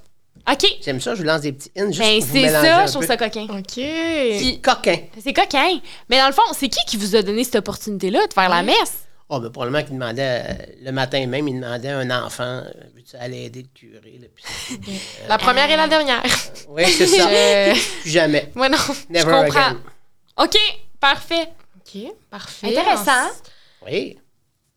Speaker 1: OK.
Speaker 3: J'aime ça, je vous lance des petits hints juste
Speaker 1: Ben,
Speaker 3: pour vous
Speaker 1: c'est
Speaker 3: mélanger
Speaker 1: ça,
Speaker 3: un
Speaker 1: je
Speaker 3: peu.
Speaker 1: trouve ça coquin.
Speaker 2: OK.
Speaker 1: Puis-
Speaker 3: Coquin.
Speaker 1: C'est coquin. Mais dans le fond, c'est qui qui vous a donné cette opportunité-là de faire la messe?
Speaker 3: Oh, ben, probablement qu'il demandait, euh, le matin même, il demandait à un enfant, euh, veux-tu aller aider le curé? là? Puis-
Speaker 2: La première et la dernière.
Speaker 3: Oui, c'est ça.
Speaker 2: Euh,
Speaker 3: Plus jamais.
Speaker 2: Moi, non.
Speaker 3: Never
Speaker 1: comprends.
Speaker 3: again.
Speaker 1: OK, parfait.
Speaker 2: OK, parfait.
Speaker 1: Intéressant.
Speaker 3: Oui.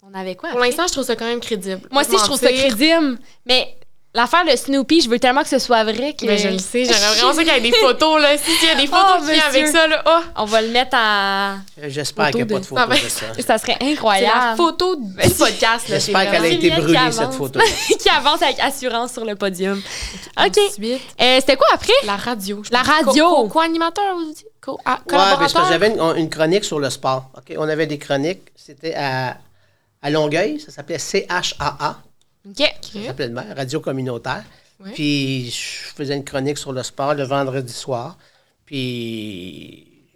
Speaker 1: On avait quoi?
Speaker 2: Pour l'instant, je trouve ça quand même crédible.
Speaker 1: Moi aussi, je trouve ça
Speaker 2: Mentir,
Speaker 1: crédible. Mais l'affaire de Snoopy, je veux tellement que ce soit vrai que.
Speaker 2: Mais je le sais, j'aimerais vraiment ça qu'il y ait des photos, là. S'il y a des
Speaker 1: Oh,
Speaker 2: photos qui viennent
Speaker 1: monsieur.
Speaker 2: avec ça, là, oh.
Speaker 1: On va le mettre à.
Speaker 3: Euh, J'espère
Speaker 2: Photo
Speaker 3: qu'il n'y a pas
Speaker 2: de-
Speaker 3: de photo
Speaker 2: Ah ben,
Speaker 3: de ça.
Speaker 1: Ça serait
Speaker 2: C'est la
Speaker 1: incroyable.
Speaker 2: photo du podcast, là.
Speaker 3: J'espère qu'elle a
Speaker 1: vraiment
Speaker 3: été
Speaker 1: Juliette
Speaker 3: brûlée,
Speaker 1: qui
Speaker 3: cette
Speaker 1: avance.
Speaker 3: photo.
Speaker 1: qui avance avec assurance sur le podium. OK.
Speaker 2: Ensuite,
Speaker 1: Euh, C'était quoi après?
Speaker 2: la radio. je
Speaker 1: La
Speaker 2: pense.
Speaker 1: radio.
Speaker 2: Co- co- Co-animateur, vous dites? Co ah,
Speaker 3: Ouais, ben, parce que
Speaker 2: collaborateur?
Speaker 3: j'avais une, une chronique sur le sport. OK? On avait des chroniques. C'était à, à Longueuil. Ça s'appelait CHAA.
Speaker 1: OK.
Speaker 3: Ça s'appelait de même, Radio Communautaire.
Speaker 2: Ouais.
Speaker 3: Puis je faisais une chronique sur le sport le vendredi soir. Puis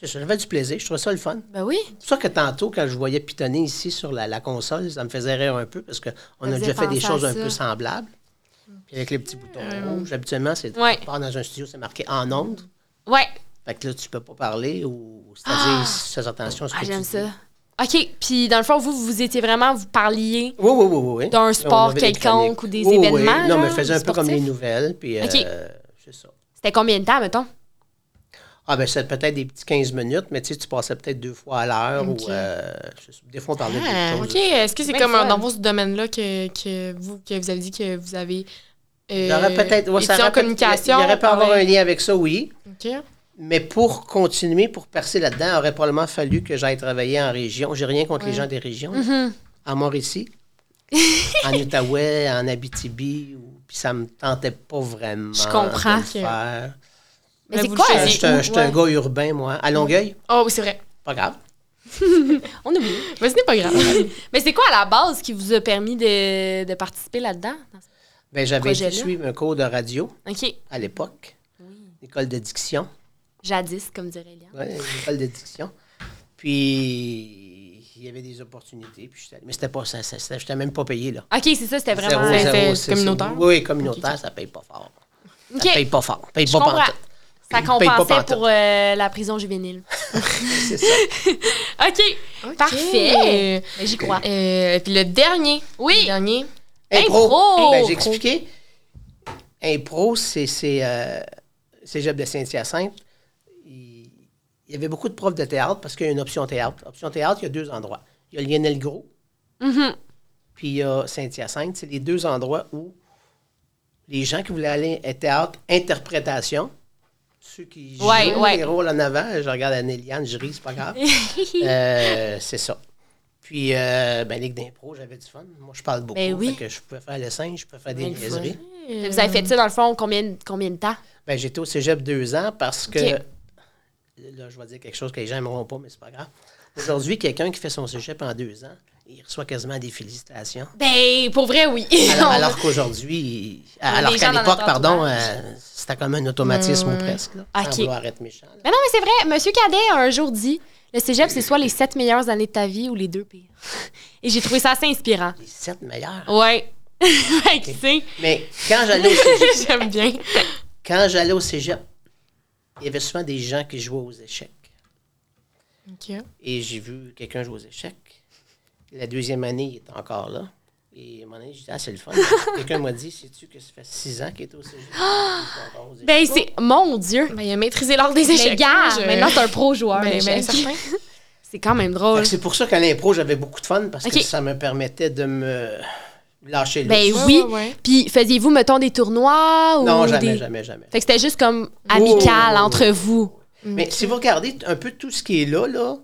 Speaker 3: c'est ça, j'avais du plaisir. Je trouvais ça le fun.
Speaker 1: Ben oui.
Speaker 3: C'est sûr que tantôt, quand je voyais pitonner ici sur la, la console, ça me faisait rire un peu parce qu'on a
Speaker 1: faisait
Speaker 3: déjà fait des
Speaker 1: penser à
Speaker 3: choses un
Speaker 1: ça.
Speaker 3: peu semblables. Puis avec les petits boutons rouges, habituellement, c'est
Speaker 1: Ouais.
Speaker 3: on part dans un studio, c'est marqué en ondes.
Speaker 1: Ouais.
Speaker 3: Fait que là, tu peux pas parler ou c'est-à-dire, fais attention à ce que
Speaker 1: Ah,
Speaker 3: tu
Speaker 1: j'aime
Speaker 3: dis.
Speaker 1: ça. OK. Puis dans le fond, vous, vous étiez vraiment, vous parliez.
Speaker 3: Oui, oui, oui, oui. oui.
Speaker 1: D'un
Speaker 3: Là, on
Speaker 1: sport
Speaker 3: avait des
Speaker 1: quelconque
Speaker 3: chroniques.
Speaker 1: ou des
Speaker 3: Oui, oui, oui.
Speaker 1: événements,
Speaker 3: Non, mais
Speaker 1: genre,
Speaker 3: faisais un peu comme les
Speaker 1: sportifs?
Speaker 3: nouvelles, puis
Speaker 1: OK.
Speaker 3: euh, c'est ça.
Speaker 1: C'était combien de temps, mettons?
Speaker 3: Ah, ben, c'est peut-être des petits 15 minutes, mais tu sais, tu passais peut-être deux fois à l'heure
Speaker 2: OK.
Speaker 3: ou euh, je sais- des fois, on parlait
Speaker 2: Ah,
Speaker 3: de d'autres choses.
Speaker 2: OK. Est-ce que c'est
Speaker 1: bien
Speaker 2: comme
Speaker 1: Ben, fun.
Speaker 2: euh, dans ce domaine-là que, que, vous, que vous avez dit que vous avez.
Speaker 3: Il y aurait peut-être. ouais,
Speaker 2: étudié
Speaker 3: ça
Speaker 2: en
Speaker 3: aurait peut-
Speaker 2: communication. Ah
Speaker 3: Il y aurait pu avoir un
Speaker 2: ouais.
Speaker 3: lien avec ça, oui.
Speaker 2: OK.
Speaker 3: Mais pour continuer, pour percer là-dedans, il aurait probablement fallu que j'aille travailler en région. J'ai rien contre les gens des régions.
Speaker 2: Mm-hmm.
Speaker 3: En Mauricie, en Outaouais, en Abitibi, ou- puis ça me tentait pas vraiment.
Speaker 1: Je comprends.
Speaker 3: de le faire.
Speaker 1: Mais
Speaker 2: Ben,
Speaker 1: c'est
Speaker 2: vous
Speaker 1: quoi?
Speaker 2: le
Speaker 3: Euh,
Speaker 2: choisissez.
Speaker 1: euh,
Speaker 3: Je suis un, je suis un
Speaker 2: Ouais.
Speaker 3: gars urbain, moi. À Longueuil,
Speaker 2: Oh, oui, c'est vrai.
Speaker 3: pas grave.
Speaker 1: On oublie.
Speaker 2: Mais ce n'est pas grave.
Speaker 1: Mais c'est quoi à la base qui vous a permis de, de participer là-dedans?
Speaker 3: Ben, j'avais été
Speaker 1: Projet-là.
Speaker 3: suivre un cours de radio
Speaker 1: OK.
Speaker 3: à l'époque, école de diction.
Speaker 1: Jadis, comme dirait Eliane.
Speaker 3: Ouais, une école de diction. Puis il y avait des opportunités. Puis j'étais allé. mais c'était pas ça, ça- ça- j'étais même pas payé là.
Speaker 1: OK, c'est ça, c'était vraiment.
Speaker 3: Zéro,
Speaker 2: C'était-
Speaker 3: zéro,
Speaker 2: c'était
Speaker 3: c'est ça.
Speaker 2: communautaire?
Speaker 3: Oui, oui, communautaire, ça paye pas fort.
Speaker 1: OK,
Speaker 3: Ça paye pas fort. Paye
Speaker 1: je
Speaker 3: pas
Speaker 1: comprends.
Speaker 3: pantoute.
Speaker 1: Ça
Speaker 3: Paye pas
Speaker 1: compensait
Speaker 3: pantoute.
Speaker 1: pour euh, la prison juvénile.
Speaker 3: C'est ça.
Speaker 1: OK, parfait. Mais J'y crois.
Speaker 2: Euh, puis le dernier.
Speaker 1: Oui.
Speaker 2: Le dernier.
Speaker 1: Impro.
Speaker 3: Ben, j'ai expliqué. Impro, c'est c'est, euh, Cégep de Saint-Hyacinthe. Il il y avait beaucoup de profs de théâtre parce qu'il y a une option théâtre. Option théâtre, il y a deux endroits. Il y a Lionel Gros,
Speaker 1: Mm-hmm.
Speaker 3: puis il y a Saint-Hyacinthe. C'est les deux endroits où les gens qui voulaient aller à théâtre, interprétation, ceux qui jouent
Speaker 1: Ouais, ouais.
Speaker 3: les rôles en avant, je regarde Anne-Eliane, je ris, c'est pas grave. Euh, c'est ça. Puis, euh, ben, Ligue d'impro, j'avais du fun. Moi, je parle beaucoup.
Speaker 1: Ben oui.
Speaker 3: fait que je pouvais faire le singe, je pouvais faire des
Speaker 1: Ben, le fun.
Speaker 3: niaiseries.
Speaker 1: Vous avez fait ça, dans le fond, combien, de- combien de temps?
Speaker 3: Ben, j'étais au cégep deux ans parce que.
Speaker 1: Ok.
Speaker 3: Là, je vais dire quelque chose que les gens n'aimeront pas, mais c'est pas grave. Aujourd'hui, quelqu'un qui fait son cégep en deux ans, il reçoit quasiment des félicitations.
Speaker 1: Ben, pour vrai, oui.
Speaker 3: Alors,
Speaker 1: On-
Speaker 3: alors qu'aujourd'hui,
Speaker 1: a
Speaker 3: alors
Speaker 1: des
Speaker 3: qu'à
Speaker 1: gens dans
Speaker 3: l'époque,
Speaker 1: notre
Speaker 3: pardon,
Speaker 1: entourage.
Speaker 3: euh, c'était comme un automatisme ou presque. Là,
Speaker 1: Hmm. Ok.
Speaker 3: Sans vouloir être méchant. là.
Speaker 1: Mais Ben non, mais c'est vrai. Monsieur Cadet a un jour dit le cégep, c'est soit les sept meilleures années de ta vie ou les deux pires. Et j'ai trouvé ça assez inspirant.
Speaker 3: Les sept meilleurs.
Speaker 1: Ouais. Fait que, tu sais,
Speaker 3: Mais quand j'allais au cégep,
Speaker 2: J'aime bien.
Speaker 3: quand j'allais au cégep, il y avait souvent des gens qui jouaient aux échecs.
Speaker 2: OK.
Speaker 3: Et j'ai vu quelqu'un jouer aux échecs. La deuxième année, il était encore là. Et à un moment donné, je dis, ah, c'est le fun. Quelqu'un m'a dit, sais-tu que ça fait six ans qu'il est au cégep?
Speaker 1: Ben, c'est. Mon Dieu!
Speaker 2: Ben, il a maîtrisé l'art des échecs.
Speaker 1: Mais gars,
Speaker 2: Je-
Speaker 1: maintenant, t'es un pro joueur.
Speaker 2: Ben, ben,
Speaker 1: d'échecs.
Speaker 2: certain.
Speaker 1: c'est quand même
Speaker 3: Fait
Speaker 1: drôle.
Speaker 3: que C'est pour ça qu'à l'impro, j'avais beaucoup de fun parce
Speaker 1: euh, Ok.
Speaker 3: que ça me permettait de me lâcher le
Speaker 1: Ben
Speaker 2: Ouais,
Speaker 1: oui.
Speaker 2: ouais, ouais.
Speaker 1: Puis, faisiez-vous, mettons, des tournois ou.
Speaker 3: Non, jamais,
Speaker 1: des-
Speaker 3: jamais, jamais.
Speaker 1: Fait que c'était juste comme
Speaker 3: Oh.
Speaker 1: amical entre vous.
Speaker 3: Mais si vous regardez un peu tout ce qui est là, là,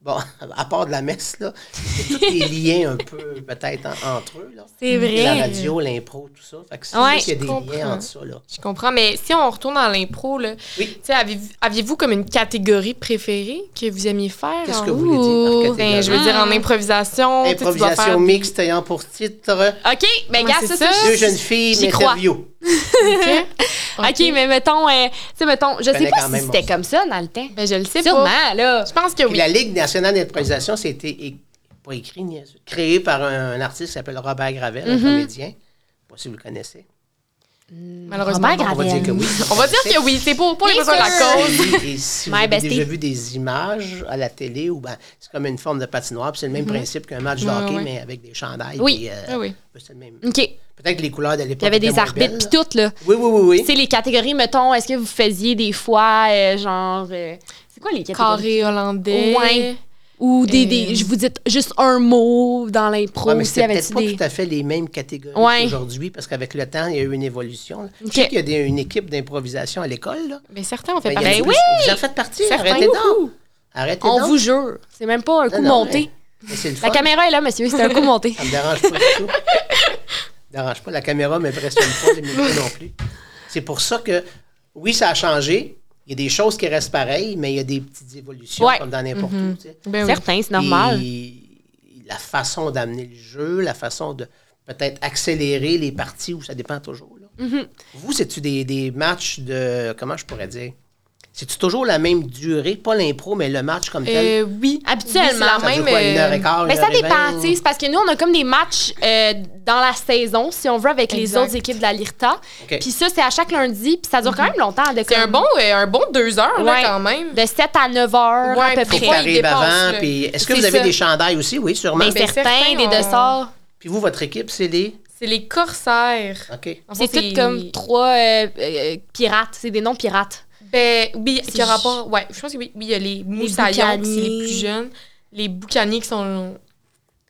Speaker 3: bon, à part de la messe, là, c'est tous les liens un peu, peut-être, en- entre eux, là.
Speaker 1: C'est
Speaker 3: La
Speaker 1: vrai.
Speaker 3: radio, l'impro, tout ça. Fait que c'est
Speaker 1: Eh. Ouais.
Speaker 3: sûr qu'il y a des
Speaker 2: Je comprends.
Speaker 3: liens entre ça, là.
Speaker 2: Je comprends, mais si on retourne dans l'impro, là,
Speaker 3: Oui.
Speaker 2: tu sais, avez-vous aviez-vous comme une catégorie préférée que vous aimiez faire?
Speaker 3: Qu'est-ce
Speaker 2: en-
Speaker 3: que vous voulez dire
Speaker 1: Ouh,
Speaker 3: par
Speaker 2: Ben, je
Speaker 3: catégorie?
Speaker 2: veux dire en
Speaker 1: Ah.
Speaker 2: improvisation. tu sais, tu dois
Speaker 3: Improvisation
Speaker 2: faire-
Speaker 3: mixte ayant pour titre
Speaker 1: OK, ben,
Speaker 2: Ouais,
Speaker 1: gars,
Speaker 2: c'est
Speaker 1: ça,
Speaker 2: ça.
Speaker 1: ça,
Speaker 3: Deux jeunes filles,
Speaker 1: j'y crois.
Speaker 3: l'interview.
Speaker 1: OK, mais mettons, euh, tu sais, mettons, je sais
Speaker 3: connais
Speaker 1: pas
Speaker 3: quand
Speaker 1: si
Speaker 3: même
Speaker 1: c'était
Speaker 3: mon-
Speaker 1: comme ça dans le temps.
Speaker 2: Ben, je le sais
Speaker 1: Sûrement,
Speaker 2: pas.
Speaker 1: là.
Speaker 2: Je pense que
Speaker 3: Puis
Speaker 2: oui.
Speaker 3: la Ligue nationale d'improvisation, c'était é- pas écrit, niaiseux, créé par un, un artiste qui s'appelle Robert Gravel,
Speaker 2: Mm-hmm.
Speaker 3: un comédien. Je sais pas si vous le connaissez.
Speaker 2: Malheureusement,
Speaker 1: Robert
Speaker 3: On va dire que oui.
Speaker 2: On va dire que oui, c'est pour, pour les
Speaker 1: Bien
Speaker 2: besoins de la
Speaker 1: sûr.
Speaker 2: cause.
Speaker 3: Et, et si vous
Speaker 1: My
Speaker 3: avez
Speaker 1: bestie.
Speaker 3: déjà vu des images à la télé, ou ben, c'est comme une forme de patinoire, puis c'est le même principe qu'un match de
Speaker 2: Mm-hmm. Ouais,
Speaker 3: hockey,
Speaker 2: ouais.
Speaker 3: mais avec des chandails.
Speaker 1: Oui.
Speaker 3: puis, euh,
Speaker 2: Ah oui.
Speaker 3: c'est le même-
Speaker 1: OK. Puis
Speaker 3: Peut-être que les couleurs de l'époque.
Speaker 1: il y avait
Speaker 3: étaient
Speaker 1: des
Speaker 3: moins
Speaker 1: arbitres, puis
Speaker 3: belles.
Speaker 1: toutes, là.
Speaker 3: Oui, oui, oui,
Speaker 1: Tu sais,
Speaker 3: oui.
Speaker 1: les catégories, mettons, est-ce que vous faisiez des fois, euh, genre. euh, c'est quoi les catégories?
Speaker 2: Carré hollandais.
Speaker 1: Ouais. Ou des,
Speaker 2: Euh.
Speaker 1: des. Je vous dites juste un mot dans l'impro.
Speaker 3: Ouais, Ah, mais
Speaker 1: s'il y
Speaker 3: c'était
Speaker 1: avait
Speaker 3: peut-être pas
Speaker 1: des.
Speaker 3: tout à fait les mêmes catégories
Speaker 1: Ouais.
Speaker 3: aujourd'hui, parce qu'avec le temps, il y a eu une évolution. là.
Speaker 1: Ok.
Speaker 3: Je sais qu'il y a des- une équipe d'improvisation à l'école. là.
Speaker 2: Mais certains ont fait
Speaker 3: Ben, il y a
Speaker 2: partie.
Speaker 3: des
Speaker 1: oui!
Speaker 3: plus- Vous en faites partie,
Speaker 2: Certains.
Speaker 3: arrêtez donc. Arrêtez
Speaker 1: On
Speaker 3: donc.
Speaker 1: vous jure. C'est même pas un
Speaker 3: Non,
Speaker 1: coup
Speaker 3: non,
Speaker 1: monté.
Speaker 3: mais- mais Ah, c'est le
Speaker 1: La
Speaker 3: fun.
Speaker 1: caméra est là, monsieur. C'est un coup monté.
Speaker 3: Ça me dérange pas du tout. dérange pas. La caméra m'impressionne pas, les micros non plus. C'est pour ça que, oui, ça a changé. Il y a des choses qui restent pareilles, mais il y a des petites évolutions,
Speaker 1: Ouais. Mm-hmm.
Speaker 3: comme dans n'importe où. tu sais.
Speaker 2: Ben oui.
Speaker 1: Certain, c'est normal.
Speaker 3: Puis, la façon d'amener le jeu, la façon de peut-être accélérer les parties, où ça dépend toujours. là.
Speaker 1: Mhm.
Speaker 3: Vous, c'est-tu des, des matchs de. Comment je pourrais dire? C'est-tu toujours la même durée? Pas l'impro, mais le match comme tel?
Speaker 2: Euh, oui.
Speaker 1: Habituellement.
Speaker 2: Oui, c'est la
Speaker 3: Ça
Speaker 1: Ça
Speaker 3: dure
Speaker 2: même.
Speaker 3: quoi, une heure et
Speaker 2: euh,
Speaker 3: quart,
Speaker 1: Mais
Speaker 3: une
Speaker 1: ça
Speaker 3: heure et
Speaker 1: dépend,
Speaker 3: vingt?
Speaker 1: tu sais, c'est parce que nous, on a comme des matchs euh, dans la saison, si on veut, avec les
Speaker 2: Exact. Mhm.
Speaker 1: autres équipes de la LIRTA.
Speaker 3: OK.
Speaker 1: Puis ça, c'est à chaque lundi, puis ça dure quand même longtemps. de
Speaker 2: C'est
Speaker 1: comme-
Speaker 2: un bon, euh, un bon deux heures, là,
Speaker 1: Ouais.
Speaker 2: quand même.
Speaker 1: De 7 à 9 heures,
Speaker 2: Ouais,
Speaker 1: à peu
Speaker 2: puis
Speaker 3: Faut
Speaker 2: Des
Speaker 3: que
Speaker 1: près.
Speaker 2: fois,
Speaker 3: t'arrives
Speaker 2: ils dépassent,
Speaker 3: avant.
Speaker 2: là.
Speaker 3: Puis est-ce que
Speaker 1: C'est
Speaker 3: vous avez
Speaker 1: ça.
Speaker 3: des chandails aussi? Oui, sûrement.
Speaker 1: Mais
Speaker 2: Ben,
Speaker 1: certains,
Speaker 2: certains,
Speaker 1: des
Speaker 2: on-
Speaker 1: deux sorts.
Speaker 3: Puis vous, votre équipe, c'est les.
Speaker 2: C'est les corsaires.
Speaker 3: OK.
Speaker 2: En
Speaker 1: C'est
Speaker 2: fait,
Speaker 1: tout comme trois euh, euh, pirates. C'est des noms pirates.
Speaker 2: Ben, oui,
Speaker 1: C'est
Speaker 2: qui a
Speaker 1: ju-
Speaker 2: rapport. Ouais, je pense que oui. Oui, il y a les moussaillons, qui c'est les
Speaker 1: boucaniers.
Speaker 2: plus jeunes. Les boucaniers qui sont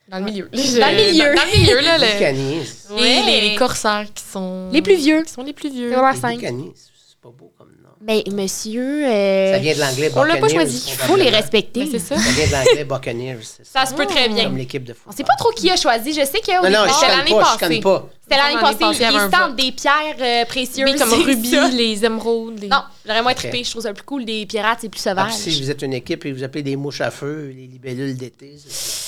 Speaker 2: dans le milieu. Dans
Speaker 1: le milieu.
Speaker 2: Dans, le milieu, là.
Speaker 3: Les
Speaker 2: le-
Speaker 3: Buccaneers.
Speaker 2: Et les, les corsaires qui sont.
Speaker 1: Les plus vieux.
Speaker 2: Qui sont les plus vieux.
Speaker 1: C'est vraiment
Speaker 3: Les
Speaker 1: cinq.
Speaker 3: Buccaneers, c'est pas beau comme nom.
Speaker 1: Mais monsieur,
Speaker 3: Ça
Speaker 1: euh,
Speaker 3: vient de l'anglais
Speaker 2: on l'a pas
Speaker 3: Buccaneers,
Speaker 2: choisi.
Speaker 1: il faut les
Speaker 3: probablement.
Speaker 1: respecter.
Speaker 2: Ben, c'est ça.
Speaker 3: Ça vient de l'anglais Buccaneers. c'est
Speaker 1: Ça se peut très bien.
Speaker 3: Comme l'équipe de football.
Speaker 1: Ah. On sait pas trop qui a choisi. Je sais que au
Speaker 3: Non, non,
Speaker 1: départ,
Speaker 3: je
Speaker 2: C'était
Speaker 3: connais
Speaker 2: l'année
Speaker 3: pas. Je
Speaker 2: passée.
Speaker 3: connais pas.
Speaker 1: c'était l'année
Speaker 2: L'année
Speaker 1: passée,
Speaker 2: passée, il y avait
Speaker 1: ils
Speaker 2: un
Speaker 1: tentent des pierres euh, précieuses.
Speaker 2: Oui, comme
Speaker 1: c'est
Speaker 2: Ruby,
Speaker 1: ça.
Speaker 2: les émeraudes. les-
Speaker 1: Non, j'aurais moins
Speaker 3: Ok.
Speaker 1: trippé. Je trouve ça plus cool. Des pirates, c'est plus
Speaker 3: Ah,
Speaker 1: sauvage.
Speaker 3: puis Si vous êtes une équipe et vous appelez des mouches à feu, les libellules d'été, c'est ça.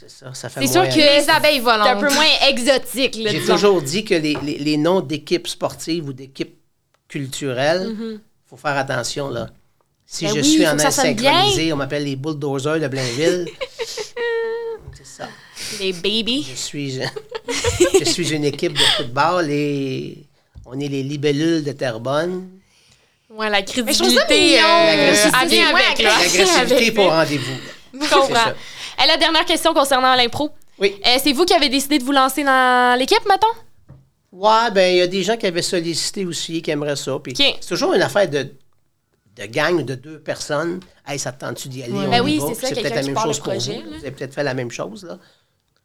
Speaker 3: C'est ça. Ça fait
Speaker 1: C'est sûr
Speaker 3: moins-
Speaker 1: que-
Speaker 2: Les abeilles volantes.
Speaker 1: C'est un peu moins exotique. Là,
Speaker 3: J'ai
Speaker 1: disons.
Speaker 3: toujours dit que les, les- les noms d'équipes sportives ou d'équipes culturelles, faut faire attention, là. Si
Speaker 1: Mm-hmm. Ben
Speaker 3: je
Speaker 1: oui,
Speaker 3: suis
Speaker 1: faut
Speaker 3: en
Speaker 1: que ça sonne bien.
Speaker 3: asynchronisé, on m'appelle les bulldozers de Blainville. C'est ça.
Speaker 1: Les babies.
Speaker 3: Je suis, je suis une équipe de football et on est les libellules de Terrebonne.
Speaker 2: Ouais, la
Speaker 1: Mais je trouve ça
Speaker 2: crédibilité.
Speaker 1: mignon.
Speaker 2: euh, elle
Speaker 1: L'agressivité.
Speaker 2: vient avec,
Speaker 1: Ouais,
Speaker 2: là.
Speaker 3: L'agressivité est pas au rendez-vous.
Speaker 1: Je
Speaker 3: C'est ça.
Speaker 1: comprends.
Speaker 2: Euh,
Speaker 1: Et la dernière question concernant l'impro.
Speaker 3: Oui.
Speaker 1: Euh, c'est vous qui avez décidé de vous lancer dans l'équipe, mettons?
Speaker 3: Ouais, ben il y a des gens qui avaient sollicité aussi, qui aimeraient ça. puis
Speaker 1: Ok.
Speaker 3: C'est toujours une affaire de, de gang de deux personnes. Hey, ça te tente-tu d'y aller?
Speaker 2: Ouais.
Speaker 3: On
Speaker 1: Ben
Speaker 3: y
Speaker 1: oui,
Speaker 3: va.
Speaker 1: c'est
Speaker 3: Puis
Speaker 1: ça,
Speaker 3: peut-être
Speaker 1: quelqu'un
Speaker 3: la
Speaker 1: qui
Speaker 3: même
Speaker 1: part le
Speaker 3: chose pour
Speaker 1: projet,
Speaker 3: vous.
Speaker 1: là.
Speaker 3: Vous avez peut-être fait la même chose. Là.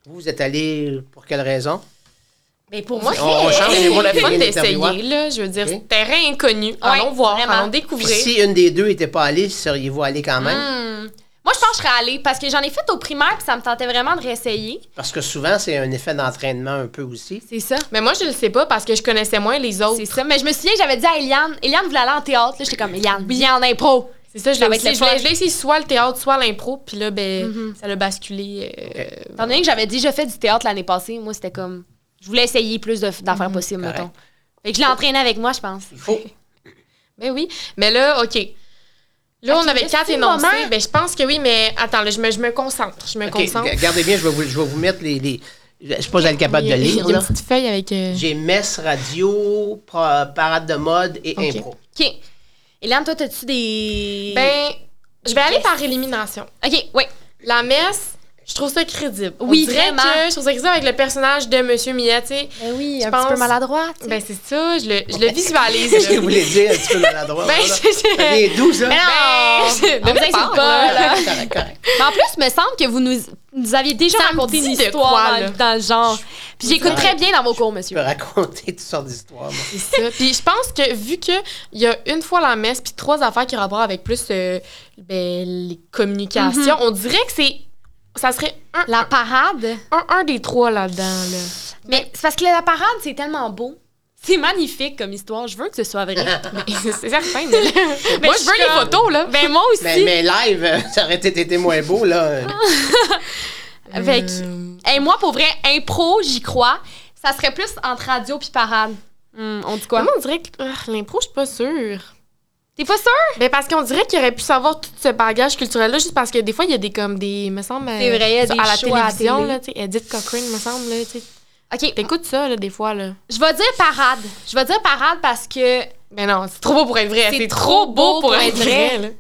Speaker 3: Vous, vous êtes allé pour quelle raison?
Speaker 1: Mais pour moi,
Speaker 3: On change les
Speaker 2: Pour
Speaker 3: mots
Speaker 2: le fun
Speaker 3: de
Speaker 2: d'essayer,
Speaker 3: hein.
Speaker 2: là, je veux dire,
Speaker 3: Ok.
Speaker 2: c'est terrain inconnu. allons voir,
Speaker 1: hein. vraiment.
Speaker 2: allons
Speaker 3: Puis
Speaker 2: découvrir.
Speaker 3: si une des deux n'était pas allée, seriez-vous allé quand même?
Speaker 1: Hmm. Moi, je pense que je serais allée parce que j'en ai fait au primaire puis ça me tentait vraiment de réessayer.
Speaker 3: Parce que souvent, c'est un effet d'entraînement un peu aussi.
Speaker 1: C'est ça.
Speaker 2: Mais moi, je le sais pas parce que je connaissais moins les autres.
Speaker 1: C'est ça. Mais je me souviens, j'avais dit à Eliane, Eliane voulait aller en théâtre. Là, j'étais comme, Eliane, viens en impro.
Speaker 2: C'est ça, je
Speaker 1: Ça
Speaker 2: l'ai
Speaker 1: va être
Speaker 2: aussi.
Speaker 1: le Mhm.
Speaker 2: Je voulais,
Speaker 1: fun.
Speaker 2: je l'ai essayé soit le théâtre, soit l'impro, puis là, ben, ça l'a basculé. euh,
Speaker 1: Étant donné que j'avais déjà fait du théâtre l'année passée, moi, c'était comme, je voulais essayer plus de- d'affaires possibles,
Speaker 3: correct.
Speaker 1: mettons. Mhm. Fait que je l'ai entraîné avec moi, je pense.
Speaker 3: Il faut.
Speaker 2: Ben oui. Mais là, OK. Là,
Speaker 1: Ok,
Speaker 2: on avait
Speaker 1: est-ce
Speaker 2: quatre
Speaker 1: qu'il y a un
Speaker 2: énoncés.
Speaker 1: moment?
Speaker 2: Ben, je pense que oui, mais attends, là, je me, je me concentre. Je me
Speaker 3: OK,
Speaker 2: concentre.
Speaker 3: g- Gardez bien, je vais vous, je vais vous mettre les. les- je suis pas allé capable
Speaker 2: Il y
Speaker 3: de
Speaker 2: a-
Speaker 3: lire.
Speaker 2: Il y a
Speaker 3: là.
Speaker 2: une petite feuille avec. euh,
Speaker 3: J'ai messe, radio, pra- parade de mode et
Speaker 2: OK.
Speaker 3: impro.
Speaker 1: OK. Eliane, toi, t'as-tu des.
Speaker 2: Ben, je vais aller
Speaker 1: Yes.
Speaker 2: par élimination.
Speaker 1: OK, oui.
Speaker 2: La messe, Je trouve ça crédible.
Speaker 1: Oui,
Speaker 2: On dirait
Speaker 1: vraiment.
Speaker 2: que je trouve ça crédible avec le personnage de Monsieur Mia, tu sais.
Speaker 1: Ben oui,
Speaker 2: Je
Speaker 1: un petit peu
Speaker 2: pense-
Speaker 1: maladroite. tu sais.
Speaker 2: Ben, c'est ça, je le, je le visualise.
Speaker 3: Qu'est-ce que
Speaker 2: là.
Speaker 3: vous voulez dire un petit peu maladroit?
Speaker 2: ben,
Speaker 3: voilà?
Speaker 2: je, je-
Speaker 3: Ça vient d'où, ça?
Speaker 1: Mais non!
Speaker 2: Ben, je-
Speaker 1: on vous
Speaker 2: de
Speaker 1: insulte
Speaker 2: part,
Speaker 1: pas, là.
Speaker 3: Correct, correct.
Speaker 1: Mais en plus, me semble que vous nous, nous aviez déjà
Speaker 2: Ça me
Speaker 1: raconté une
Speaker 2: dit de
Speaker 1: histoire
Speaker 2: quoi,
Speaker 1: dans,
Speaker 2: là.
Speaker 1: dans le genre. Puis j'écoute très bien dans vos cours,
Speaker 3: Tu
Speaker 1: monsieur.
Speaker 3: peux raconter toutes sortes d'histoires. moi.
Speaker 2: C'est ça. Puis je pense que vu que il y a une fois la messe puis trois affaires qui ont rapport avec plus euh, ben, les communications,
Speaker 1: Mhm.
Speaker 2: on dirait que c'est ça serait un,
Speaker 1: La parade.
Speaker 2: un, un des trois là-dedans là.
Speaker 1: Mais c'est parce que la parade, c'est tellement beau. C'est magnifique comme histoire. Je veux que ce soit vrai.
Speaker 2: Mais c'est certain. mais là,
Speaker 1: Ben,
Speaker 2: moi
Speaker 1: je
Speaker 2: je veux
Speaker 1: suis
Speaker 2: les
Speaker 1: comme-
Speaker 2: photos là.
Speaker 1: Ben moi aussi.
Speaker 3: Mais, mais live, euh, ça aurait été été moins beau, là.
Speaker 1: Avec... Hey, moi, pour vrai, impro, j'y crois. Ça serait plus entre radio puis parade. Hum, on dit quoi?
Speaker 2: Comment on dirait que ah, l'impro, je suis pas sûre.
Speaker 1: T'es pas sûr?
Speaker 2: Ben parce qu'on dirait qu'il aurait pu savoir tout ce bagage culturel là juste parce que des fois il y a des comme des me semble
Speaker 1: C'est
Speaker 2: euh,
Speaker 1: vrai, il y a
Speaker 2: sur-
Speaker 1: des
Speaker 2: à la
Speaker 1: shows à la
Speaker 2: télévision
Speaker 1: télé.
Speaker 2: là, tu sais, Edith Cochrane me semble là, tu sais.
Speaker 1: OK,
Speaker 2: T'écoutes ça là des fois là.
Speaker 1: je vais dire parade. Je vais dire parade parce que
Speaker 2: Mais non, c'est trop beau pour être vrai.
Speaker 1: Ben, C'est
Speaker 2: C'est
Speaker 1: trop
Speaker 2: trop beau pour être
Speaker 1: vrai.
Speaker 2: vrai.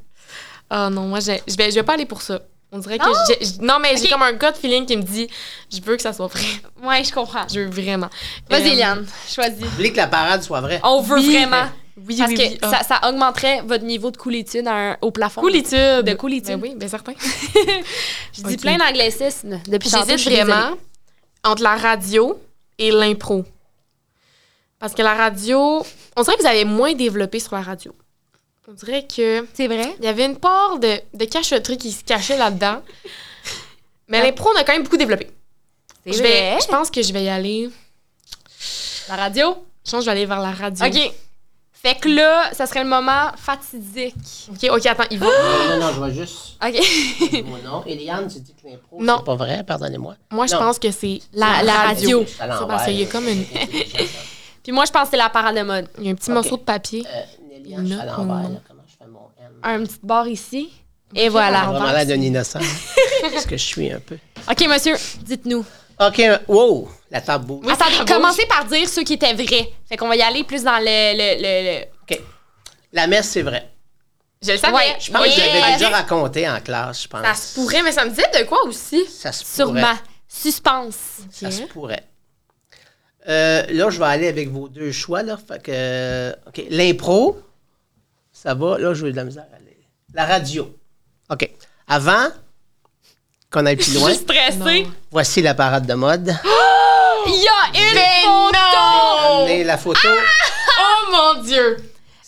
Speaker 2: Ah non, moi, j'ai- je vais, je vais pas aller pour ça. On dirait que
Speaker 1: Non?
Speaker 2: j'ai- j'ai- non, mais j'ai
Speaker 1: Ok.
Speaker 2: comme un gut feeling qui me dit je veux que ça soit vrai.
Speaker 1: Ouais, je comprends.
Speaker 2: Je veux vraiment.
Speaker 1: Vas-y,
Speaker 2: Euh,
Speaker 1: Liane, choisis.
Speaker 3: Vous voulez que la parade soit vraie?
Speaker 2: Oh.
Speaker 1: On veut
Speaker 2: oui.
Speaker 1: vraiment.
Speaker 2: Oui,
Speaker 1: Parce
Speaker 2: oui,
Speaker 1: que
Speaker 2: oui. Ah.
Speaker 1: ça, ça augmenterait votre niveau de coolitude à un- au plafond.
Speaker 2: Coolitude.
Speaker 1: De
Speaker 2: Ben
Speaker 1: coolitude.
Speaker 2: oui, bien certain.
Speaker 1: Je dis
Speaker 2: Ok.
Speaker 1: plein d'anglicismes depuis tantôt. je
Speaker 2: J'hésite
Speaker 1: suis désolée.
Speaker 2: vraiment entre la radio et l'impro. Parce que la radio, on dirait que vous avez moins développé sur la radio. On dirait que.
Speaker 1: C'est vrai?
Speaker 2: Il y avait une part de, de cachotterie qui se cachait là-dedans. Mais
Speaker 1: Ouais.
Speaker 2: l'impro, on a quand même beaucoup développé.
Speaker 1: C'est
Speaker 2: Je, vais, je pense que je vais y aller.
Speaker 1: La radio?
Speaker 2: Je pense que je vais aller vers la radio.
Speaker 1: OK. Fait que là, ça serait le moment fatidique.
Speaker 2: OK, OK, attends, il va.
Speaker 3: Non, non, non, je vois juste
Speaker 1: OK.
Speaker 3: mon nom. Eliane, tu dis que l'impro,
Speaker 2: Non.
Speaker 3: c'est pas vrai, pardonnez-moi.
Speaker 2: Moi, je
Speaker 3: Non.
Speaker 2: pense que c'est
Speaker 1: La- la radio.
Speaker 3: Je suis à l'envers.
Speaker 2: Ça, parce qu'il y a comme une-
Speaker 1: Puis moi, je pense que c'est la parade de mode.
Speaker 2: Il y a un petit
Speaker 3: Ok.
Speaker 2: morceau de papier.
Speaker 3: Euh, Eliane, je suis à l'envers,
Speaker 2: euh,
Speaker 3: là. Comment je fais mon M?
Speaker 1: Un petit bord ici. Et voilà.
Speaker 2: alors.
Speaker 3: Vraiment l'air d'un innocent. Parce que je suis un peu.
Speaker 1: OK, monsieur, dites-nous.
Speaker 3: OK, wow, la table bouge.
Speaker 2: Oui,
Speaker 1: Attendez,
Speaker 2: ça bouge.
Speaker 1: commencez par dire ceux qui étaient vrais. Fait qu'on va y aller plus dans le... le, le, le-
Speaker 3: OK. La messe, c'est vrai.
Speaker 2: Je le savais.
Speaker 1: Ouais,
Speaker 3: Je pense que je l'avais
Speaker 1: Yeah.
Speaker 3: déjà raconté en classe, je pense.
Speaker 2: Ça se pourrait, mais ça me disait de quoi aussi?
Speaker 3: Ça se pourrait.
Speaker 1: Sûrement. Suspense.
Speaker 3: Ça se pourrait. Euh, là, je vais aller avec vos deux choix. Là. Fait que, euh, OK. L'impro, ça va. Là, je vais de la misère. à aller. La radio. OK. Avant qu'on aille plus
Speaker 1: Je
Speaker 3: loin,
Speaker 1: suis stressée.
Speaker 2: Non.
Speaker 3: voici la parade de mode.
Speaker 1: Oh! Il y a une
Speaker 2: Mais
Speaker 1: photo!
Speaker 2: non!
Speaker 3: Amenez la photo.
Speaker 1: Ah!
Speaker 2: Oh mon Dieu!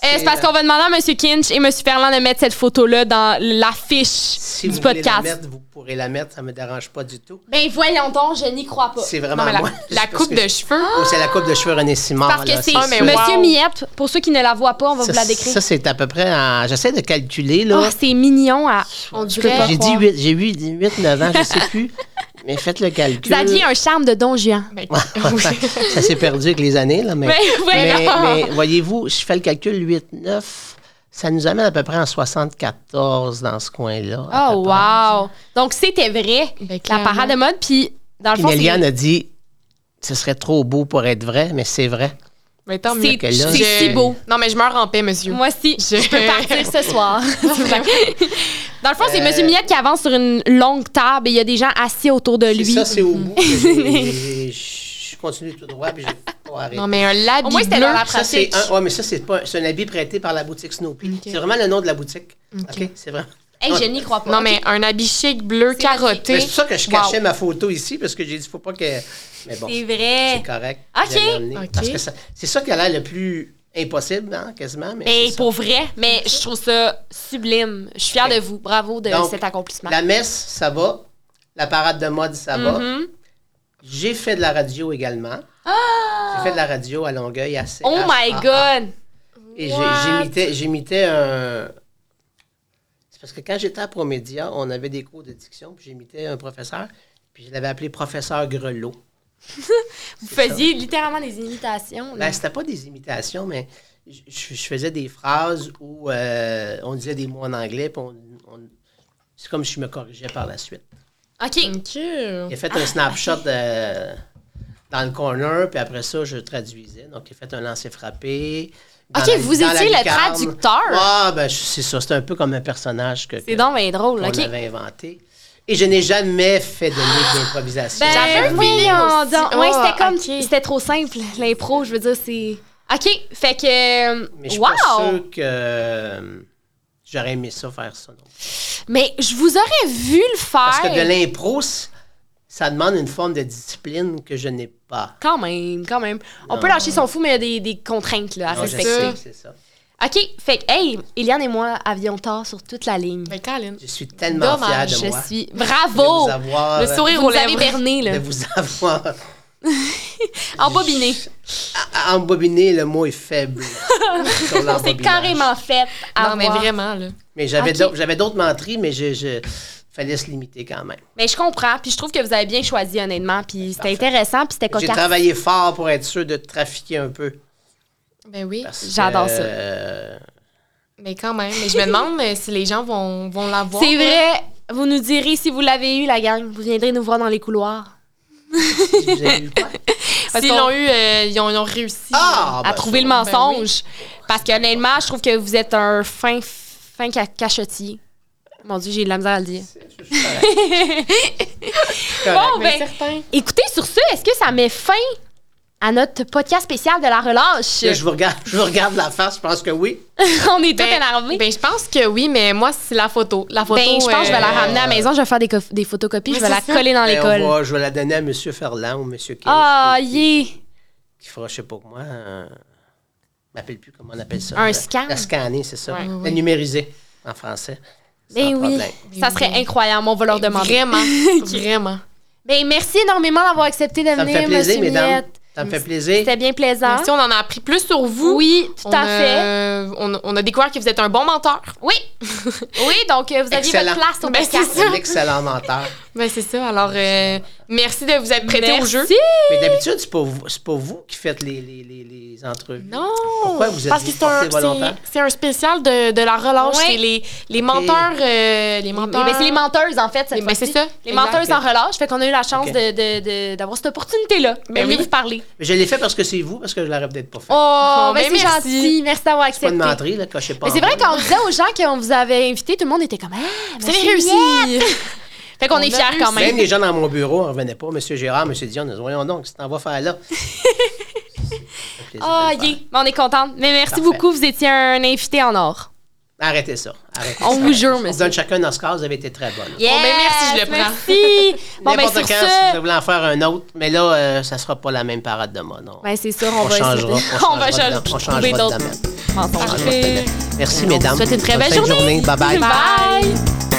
Speaker 1: Euh, c'est parce
Speaker 3: la-
Speaker 1: qu'on va demander à M. Kinch et M. Ferland de mettre cette photo-là dans l'affiche
Speaker 3: Si
Speaker 1: du
Speaker 3: vous voulez la
Speaker 1: podcast.
Speaker 3: mettre, vous pourrez la mettre. Ça ne me dérange pas du tout.
Speaker 1: Ben voyons donc, je n'y crois pas.
Speaker 3: C'est
Speaker 2: Non,
Speaker 3: vraiment
Speaker 2: mais la,
Speaker 3: moi.
Speaker 2: la
Speaker 3: Parce
Speaker 2: coupe
Speaker 3: que
Speaker 2: de
Speaker 3: je-
Speaker 2: cheveux.
Speaker 3: Oh, c'est la coupe de cheveux René-Simard.
Speaker 1: Parce que c'est
Speaker 2: Ah, mais
Speaker 1: M.
Speaker 2: wow.
Speaker 1: Miette, pour ceux qui ne la voient pas, on va vous
Speaker 3: Ça,
Speaker 1: la décrire.
Speaker 3: ça, c'est à peu près. en- J'essaie de calculer. Là.
Speaker 1: Ah, c'est mignon. à-
Speaker 2: On
Speaker 1: Je
Speaker 2: dirait.
Speaker 1: peux pas
Speaker 3: J'ai dit
Speaker 1: croire.
Speaker 3: 8, j'ai 8, 9 ans, je sais plus. Mais faites le calcul.
Speaker 1: Vous aviez un charme de Don Juan.
Speaker 2: Ben, oui.
Speaker 3: ça s'est perdu avec les années, là, mais.
Speaker 1: Ben,
Speaker 3: mais-
Speaker 1: voyons.
Speaker 3: mais voyez-vous, je fais le calcul 8, 9, ça nous amène à peu près en 74 dans ce coin-là. à peu
Speaker 1: Oh,
Speaker 3: près.
Speaker 1: wow! Donc, c'était vrai,
Speaker 2: Ben,
Speaker 1: la parade de mode. Puis, dans le
Speaker 3: Puis
Speaker 1: fond,
Speaker 3: Méliane
Speaker 1: c'est
Speaker 3: a dit ce serait trop beau pour être vrai, mais c'est vrai.
Speaker 2: Mais Ben, tant mieux.
Speaker 1: C'est-
Speaker 3: Que là,
Speaker 1: c'est
Speaker 2: Je-
Speaker 1: si beau.
Speaker 2: Non, mais je meurs en paix, monsieur.
Speaker 1: Moi aussi, je...
Speaker 2: Je-
Speaker 1: peux partir ce soir. Dans le fond, c'est
Speaker 3: Euh,
Speaker 1: M. Millette qui avance sur une longue table et il y a des gens assis autour de
Speaker 3: C'est
Speaker 1: lui.
Speaker 3: Ça, c'est au bout. que j'ai- j'ai- Je continue tout droit, puis j'ai pas arrêté.
Speaker 2: Non, mais un labis
Speaker 1: Au moins, c'était
Speaker 2: bleu.
Speaker 1: dans la
Speaker 3: Ça, c'est
Speaker 1: pratique.
Speaker 3: un, ouais, mais ça, c'est pas, c'est un habit prêté par la boutique Snoopy.
Speaker 2: Ok.
Speaker 3: C'est vraiment le nom de la boutique. OK, c'est vraiment.
Speaker 1: Hey, je n'y crois pas.
Speaker 2: Non, mais un habit chic bleu
Speaker 1: C'est
Speaker 2: carotté.
Speaker 3: Mais C'est pour ça que je cachais ma photo ici, parce que j'ai dit, faut pas que. Mais bon,
Speaker 1: C'est
Speaker 3: c'est
Speaker 1: vrai.
Speaker 3: correct.
Speaker 1: Ok.
Speaker 3: je l'ai amené.
Speaker 2: Ok.
Speaker 3: Parce que ça- c'est ça qui a l'air le plus impossible, hein, quasiment. Mais
Speaker 1: Mais
Speaker 3: c'est ça.
Speaker 1: pour vrai, mais je trouve ça sublime. Je suis fière de vous. Bravo de
Speaker 3: Donc,
Speaker 1: cet accomplissement.
Speaker 3: La messe, ça va. La parade de mode, ça va.
Speaker 1: Mm-hmm.
Speaker 3: J'ai fait de la radio également. J'ai fait de la radio à Longueuil assez.
Speaker 1: Ah! Oh my God!
Speaker 3: Et j'ai-
Speaker 2: What?
Speaker 3: j'imitais, j'imitais un. C'est parce que quand j'étais à Promédia, on avait des cours de diction, puis j'imitais un professeur, puis je l'avais appelé professeur Grelot.
Speaker 1: Vous faisiez littéralement des imitations. là.
Speaker 3: Ben, c'était pas des imitations, mais je, je- je faisais des phrases où euh, on disait des mots en anglais, puis on- on- c'est comme si je me corrigeais par la suite. Ben,
Speaker 1: OK.
Speaker 2: Ok.
Speaker 3: Il a fait un snapshot euh, dans le corner, puis après ça, je traduisais. Donc, il a fait un lancer frappé. dans
Speaker 1: OK,
Speaker 3: la-
Speaker 1: vous
Speaker 3: dans la
Speaker 1: étiez le
Speaker 3: lucarne.
Speaker 1: traducteur.
Speaker 3: Ah, ben, je- c'est ça. C'est un peu comme un personnage que,
Speaker 1: C'est
Speaker 3: que-
Speaker 1: donc bien drôle.
Speaker 3: qu'on
Speaker 1: OK.
Speaker 3: avait inventé. Et je n'ai jamais fait de livre d'improvisation.
Speaker 2: J'avais
Speaker 1: Ben,
Speaker 2: un
Speaker 1: voyons
Speaker 2: feeling
Speaker 1: donc.
Speaker 2: aussi.
Speaker 1: Ouais,
Speaker 2: Ah,
Speaker 1: c'était comme.
Speaker 2: ok.
Speaker 1: C'était trop simple, l'impro. Je veux dire, c'est. OK. Fait que. euh,
Speaker 3: Mais je suis
Speaker 1: wow!
Speaker 3: pas sûr que euh, j'aurais aimé ça, faire ça. non.
Speaker 1: Mais je vous aurais vu le faire.
Speaker 3: Parce que de l'impro, c- ça demande une forme de discipline que je n'ai pas.
Speaker 1: Quand même, quand même. On
Speaker 3: Non.
Speaker 1: peut lâcher son fou, mais il y a des, des contraintes là, à
Speaker 3: Non, je
Speaker 1: respecter.
Speaker 3: sais, c'est ça.
Speaker 1: OK, fait que, hey, Eliane et moi avions tort sur toute la ligne.
Speaker 2: Ben, Colin.
Speaker 3: Je suis tellement
Speaker 2: Dommage,
Speaker 3: fier de
Speaker 1: Je
Speaker 3: moi.
Speaker 1: suis...
Speaker 3: de vous
Speaker 1: Bravo!
Speaker 3: avoir,
Speaker 2: Le sourire
Speaker 1: Vous
Speaker 2: aux
Speaker 1: nous avez
Speaker 2: lèvres.
Speaker 1: berné,
Speaker 3: de
Speaker 1: là.
Speaker 3: vous avoir
Speaker 1: Embobiné.
Speaker 3: À- à Embobiné, le mot est faible. sur
Speaker 1: On s'est
Speaker 3: l'embobinage.
Speaker 1: carrément fait
Speaker 2: Non, Ah, mais
Speaker 1: avoir.
Speaker 2: vraiment, là.
Speaker 3: Mais j'avais
Speaker 1: Ok.
Speaker 3: d'autres- j'avais d'autres menteries, mais je, je- fallait se limiter quand même.
Speaker 1: Mais je comprends, puis je trouve que vous avez bien choisi, honnêtement, puis c'était intéressant, puis c'était
Speaker 3: J'ai
Speaker 1: cocasse.
Speaker 3: travaillé fort pour être sûr de trafiquer un peu.
Speaker 2: Ben oui.
Speaker 3: parce que,
Speaker 1: J'adore ça.
Speaker 3: euh,
Speaker 2: Mais quand même. Mais je me demande euh, si les gens vont, vont la voir.
Speaker 1: C'est
Speaker 2: là.
Speaker 1: vrai, vous nous direz si vous l'avez eu, la gang. Vous viendrez nous voir dans les couloirs.
Speaker 3: si vous avez eu quoi?
Speaker 1: Parce
Speaker 2: S'ils
Speaker 1: qu'on-
Speaker 2: l'ont eu, euh, ils, ont, ils ont réussi.
Speaker 3: Ah,
Speaker 1: à
Speaker 3: ben,
Speaker 1: trouver
Speaker 3: ça,
Speaker 1: le mensonge.
Speaker 2: Ben
Speaker 1: Parce qu'honnêtement, je trouve que vous êtes un fin, fin ca- cachetier. Mon Dieu, j'ai de la misère à le dire.
Speaker 3: c'est- je suis correct. Correct.
Speaker 1: Bon,
Speaker 2: Mais
Speaker 1: ben,
Speaker 2: certains.
Speaker 1: écoutez, sur ce, est-ce que ça met fin à notre podcast spécial de la relâche?
Speaker 3: Là, je, vous regarde, je vous regarde la face, je pense que oui.
Speaker 1: On est tous
Speaker 2: Ben,
Speaker 1: énervés. Ben,
Speaker 2: Ben, je pense que oui, mais moi, c'est la photo. La photo.
Speaker 1: je pense que je vais la
Speaker 2: euh,
Speaker 1: ramener à la maison, je vais faire des, cof- des photocopies,
Speaker 2: Oui,
Speaker 1: je vais la
Speaker 2: c'est ça.
Speaker 1: coller dans
Speaker 3: Ben, on
Speaker 1: l'école.
Speaker 3: va- je vais la donner à M. Ferland ou M. Kelly
Speaker 1: Ah,
Speaker 3: qui,
Speaker 1: yeah!
Speaker 3: qui fera, je sais pas moi, un- je m'appelle plus comment on appelle ça.
Speaker 1: Un
Speaker 3: la-
Speaker 1: scan.
Speaker 3: La scanner, c'est ça.
Speaker 2: Ouais,
Speaker 3: la
Speaker 2: ouais,
Speaker 3: numériser en français.
Speaker 1: Ben
Speaker 3: Sans
Speaker 1: oui,
Speaker 3: problème.
Speaker 1: ça serait incroyable, on va leur demander.
Speaker 2: Ben, Vraiment. vraiment.
Speaker 1: Ben, merci énormément d'avoir accepté de
Speaker 3: Ça me
Speaker 1: venir,
Speaker 3: fait plaisir,
Speaker 1: Monsieur
Speaker 3: mesdames.
Speaker 1: Millette.
Speaker 3: Ça me fait plaisir.
Speaker 1: C'était bien plaisant.
Speaker 2: Merci, on en a appris plus sur vous.
Speaker 1: Oui, tout
Speaker 2: On euh,
Speaker 1: à
Speaker 2: a-
Speaker 1: fait.
Speaker 2: on, on a découvert que vous êtes un bon menteur.
Speaker 1: Oui, oui, donc euh, vous aviez
Speaker 3: Excellent.
Speaker 1: votre place au
Speaker 2: Ben,
Speaker 1: podcast.
Speaker 2: c'est ça.
Speaker 3: Un excellent menteur.
Speaker 2: Ben, c'est ça. Alors, euh, merci de vous être prêté
Speaker 1: Merci.
Speaker 2: au jeu.
Speaker 3: Mais d'habitude, c'est pas, vous- c'est pas vous qui faites les, les, les, les entrevues.
Speaker 2: Non.
Speaker 3: Pourquoi vous êtes
Speaker 2: Parce que c'est un,
Speaker 3: porté volontaire?
Speaker 2: c'est- c'est un spécial de, de la relâche.
Speaker 1: Ouais.
Speaker 2: C'est les, les menteurs. euh, les
Speaker 1: Mais
Speaker 2: menteurs.
Speaker 1: ben, c'est les menteuses, en fait, cette
Speaker 2: Ben,
Speaker 1: fois-ci.
Speaker 2: c'est ça.
Speaker 1: Les
Speaker 2: Exact.
Speaker 1: menteuses en relâche, fait qu'on a eu la chance
Speaker 3: Ok.
Speaker 1: de- de- de- d'avoir cette opportunité-là, de
Speaker 2: Ben
Speaker 1: venir
Speaker 2: oui.
Speaker 1: vous parler.
Speaker 3: Mais je l'ai fait parce que c'est vous, parce que je l'aurais peut-être pas fait.
Speaker 1: Oh,
Speaker 2: Oh,
Speaker 1: ben,
Speaker 2: ben,
Speaker 1: c'est
Speaker 2: merci.
Speaker 1: gentil, merci d'avoir
Speaker 3: C'est pas
Speaker 1: accepté.
Speaker 3: une menterie, là, cochez pas.
Speaker 1: Mais c'est
Speaker 3: en
Speaker 1: vrai
Speaker 3: bas.
Speaker 1: qu'on disait aux gens qu'on vous avait invité, tout le monde était comme Ah,
Speaker 2: Vous avez
Speaker 1: merci,
Speaker 2: réussi.
Speaker 1: yeah. Fait qu'on
Speaker 2: On
Speaker 1: est
Speaker 2: a
Speaker 1: fiers quand
Speaker 2: réussi.
Speaker 1: même.
Speaker 3: Même les gens dans mon bureau ne revenaient pas. Monsieur Gérard, Monsieur Dion, nous voyons donc, qu'est-ce que t'en vas faire là? Ça fait plaisir
Speaker 1: Ah,
Speaker 3: de le faire.
Speaker 1: yeah. Ben, on est contente. Mais merci
Speaker 3: Parfait.
Speaker 1: beaucoup, vous étiez un invité en or.
Speaker 3: Arrêtez ça. Arrêtez
Speaker 1: On
Speaker 3: ça.
Speaker 1: vous jure,
Speaker 3: On
Speaker 1: monsieur.
Speaker 3: vous donne chacun un Oscar, vous avez été très bonne.
Speaker 1: Yes,
Speaker 2: ben, merci, je le prends.
Speaker 1: Merci. Bon, ben,
Speaker 3: N'importe
Speaker 1: sur
Speaker 3: quand, si
Speaker 1: ce,
Speaker 3: vous voulez en faire un autre, mais là, euh, ça sera pas la même parade de mode. non.
Speaker 1: ben, c'est sûr, on,
Speaker 3: On
Speaker 1: va essayer. de-
Speaker 3: changera, on
Speaker 1: on va
Speaker 3: changera de-
Speaker 1: changer-
Speaker 3: on changera
Speaker 1: trouver
Speaker 3: de
Speaker 1: d'autres
Speaker 3: domaine.
Speaker 1: mensonges.
Speaker 3: Parfait. Merci, mesdames.
Speaker 1: souhaite une très
Speaker 3: Bonne
Speaker 1: belle
Speaker 3: fin de
Speaker 1: journée.
Speaker 3: Bye bye.
Speaker 1: Bye.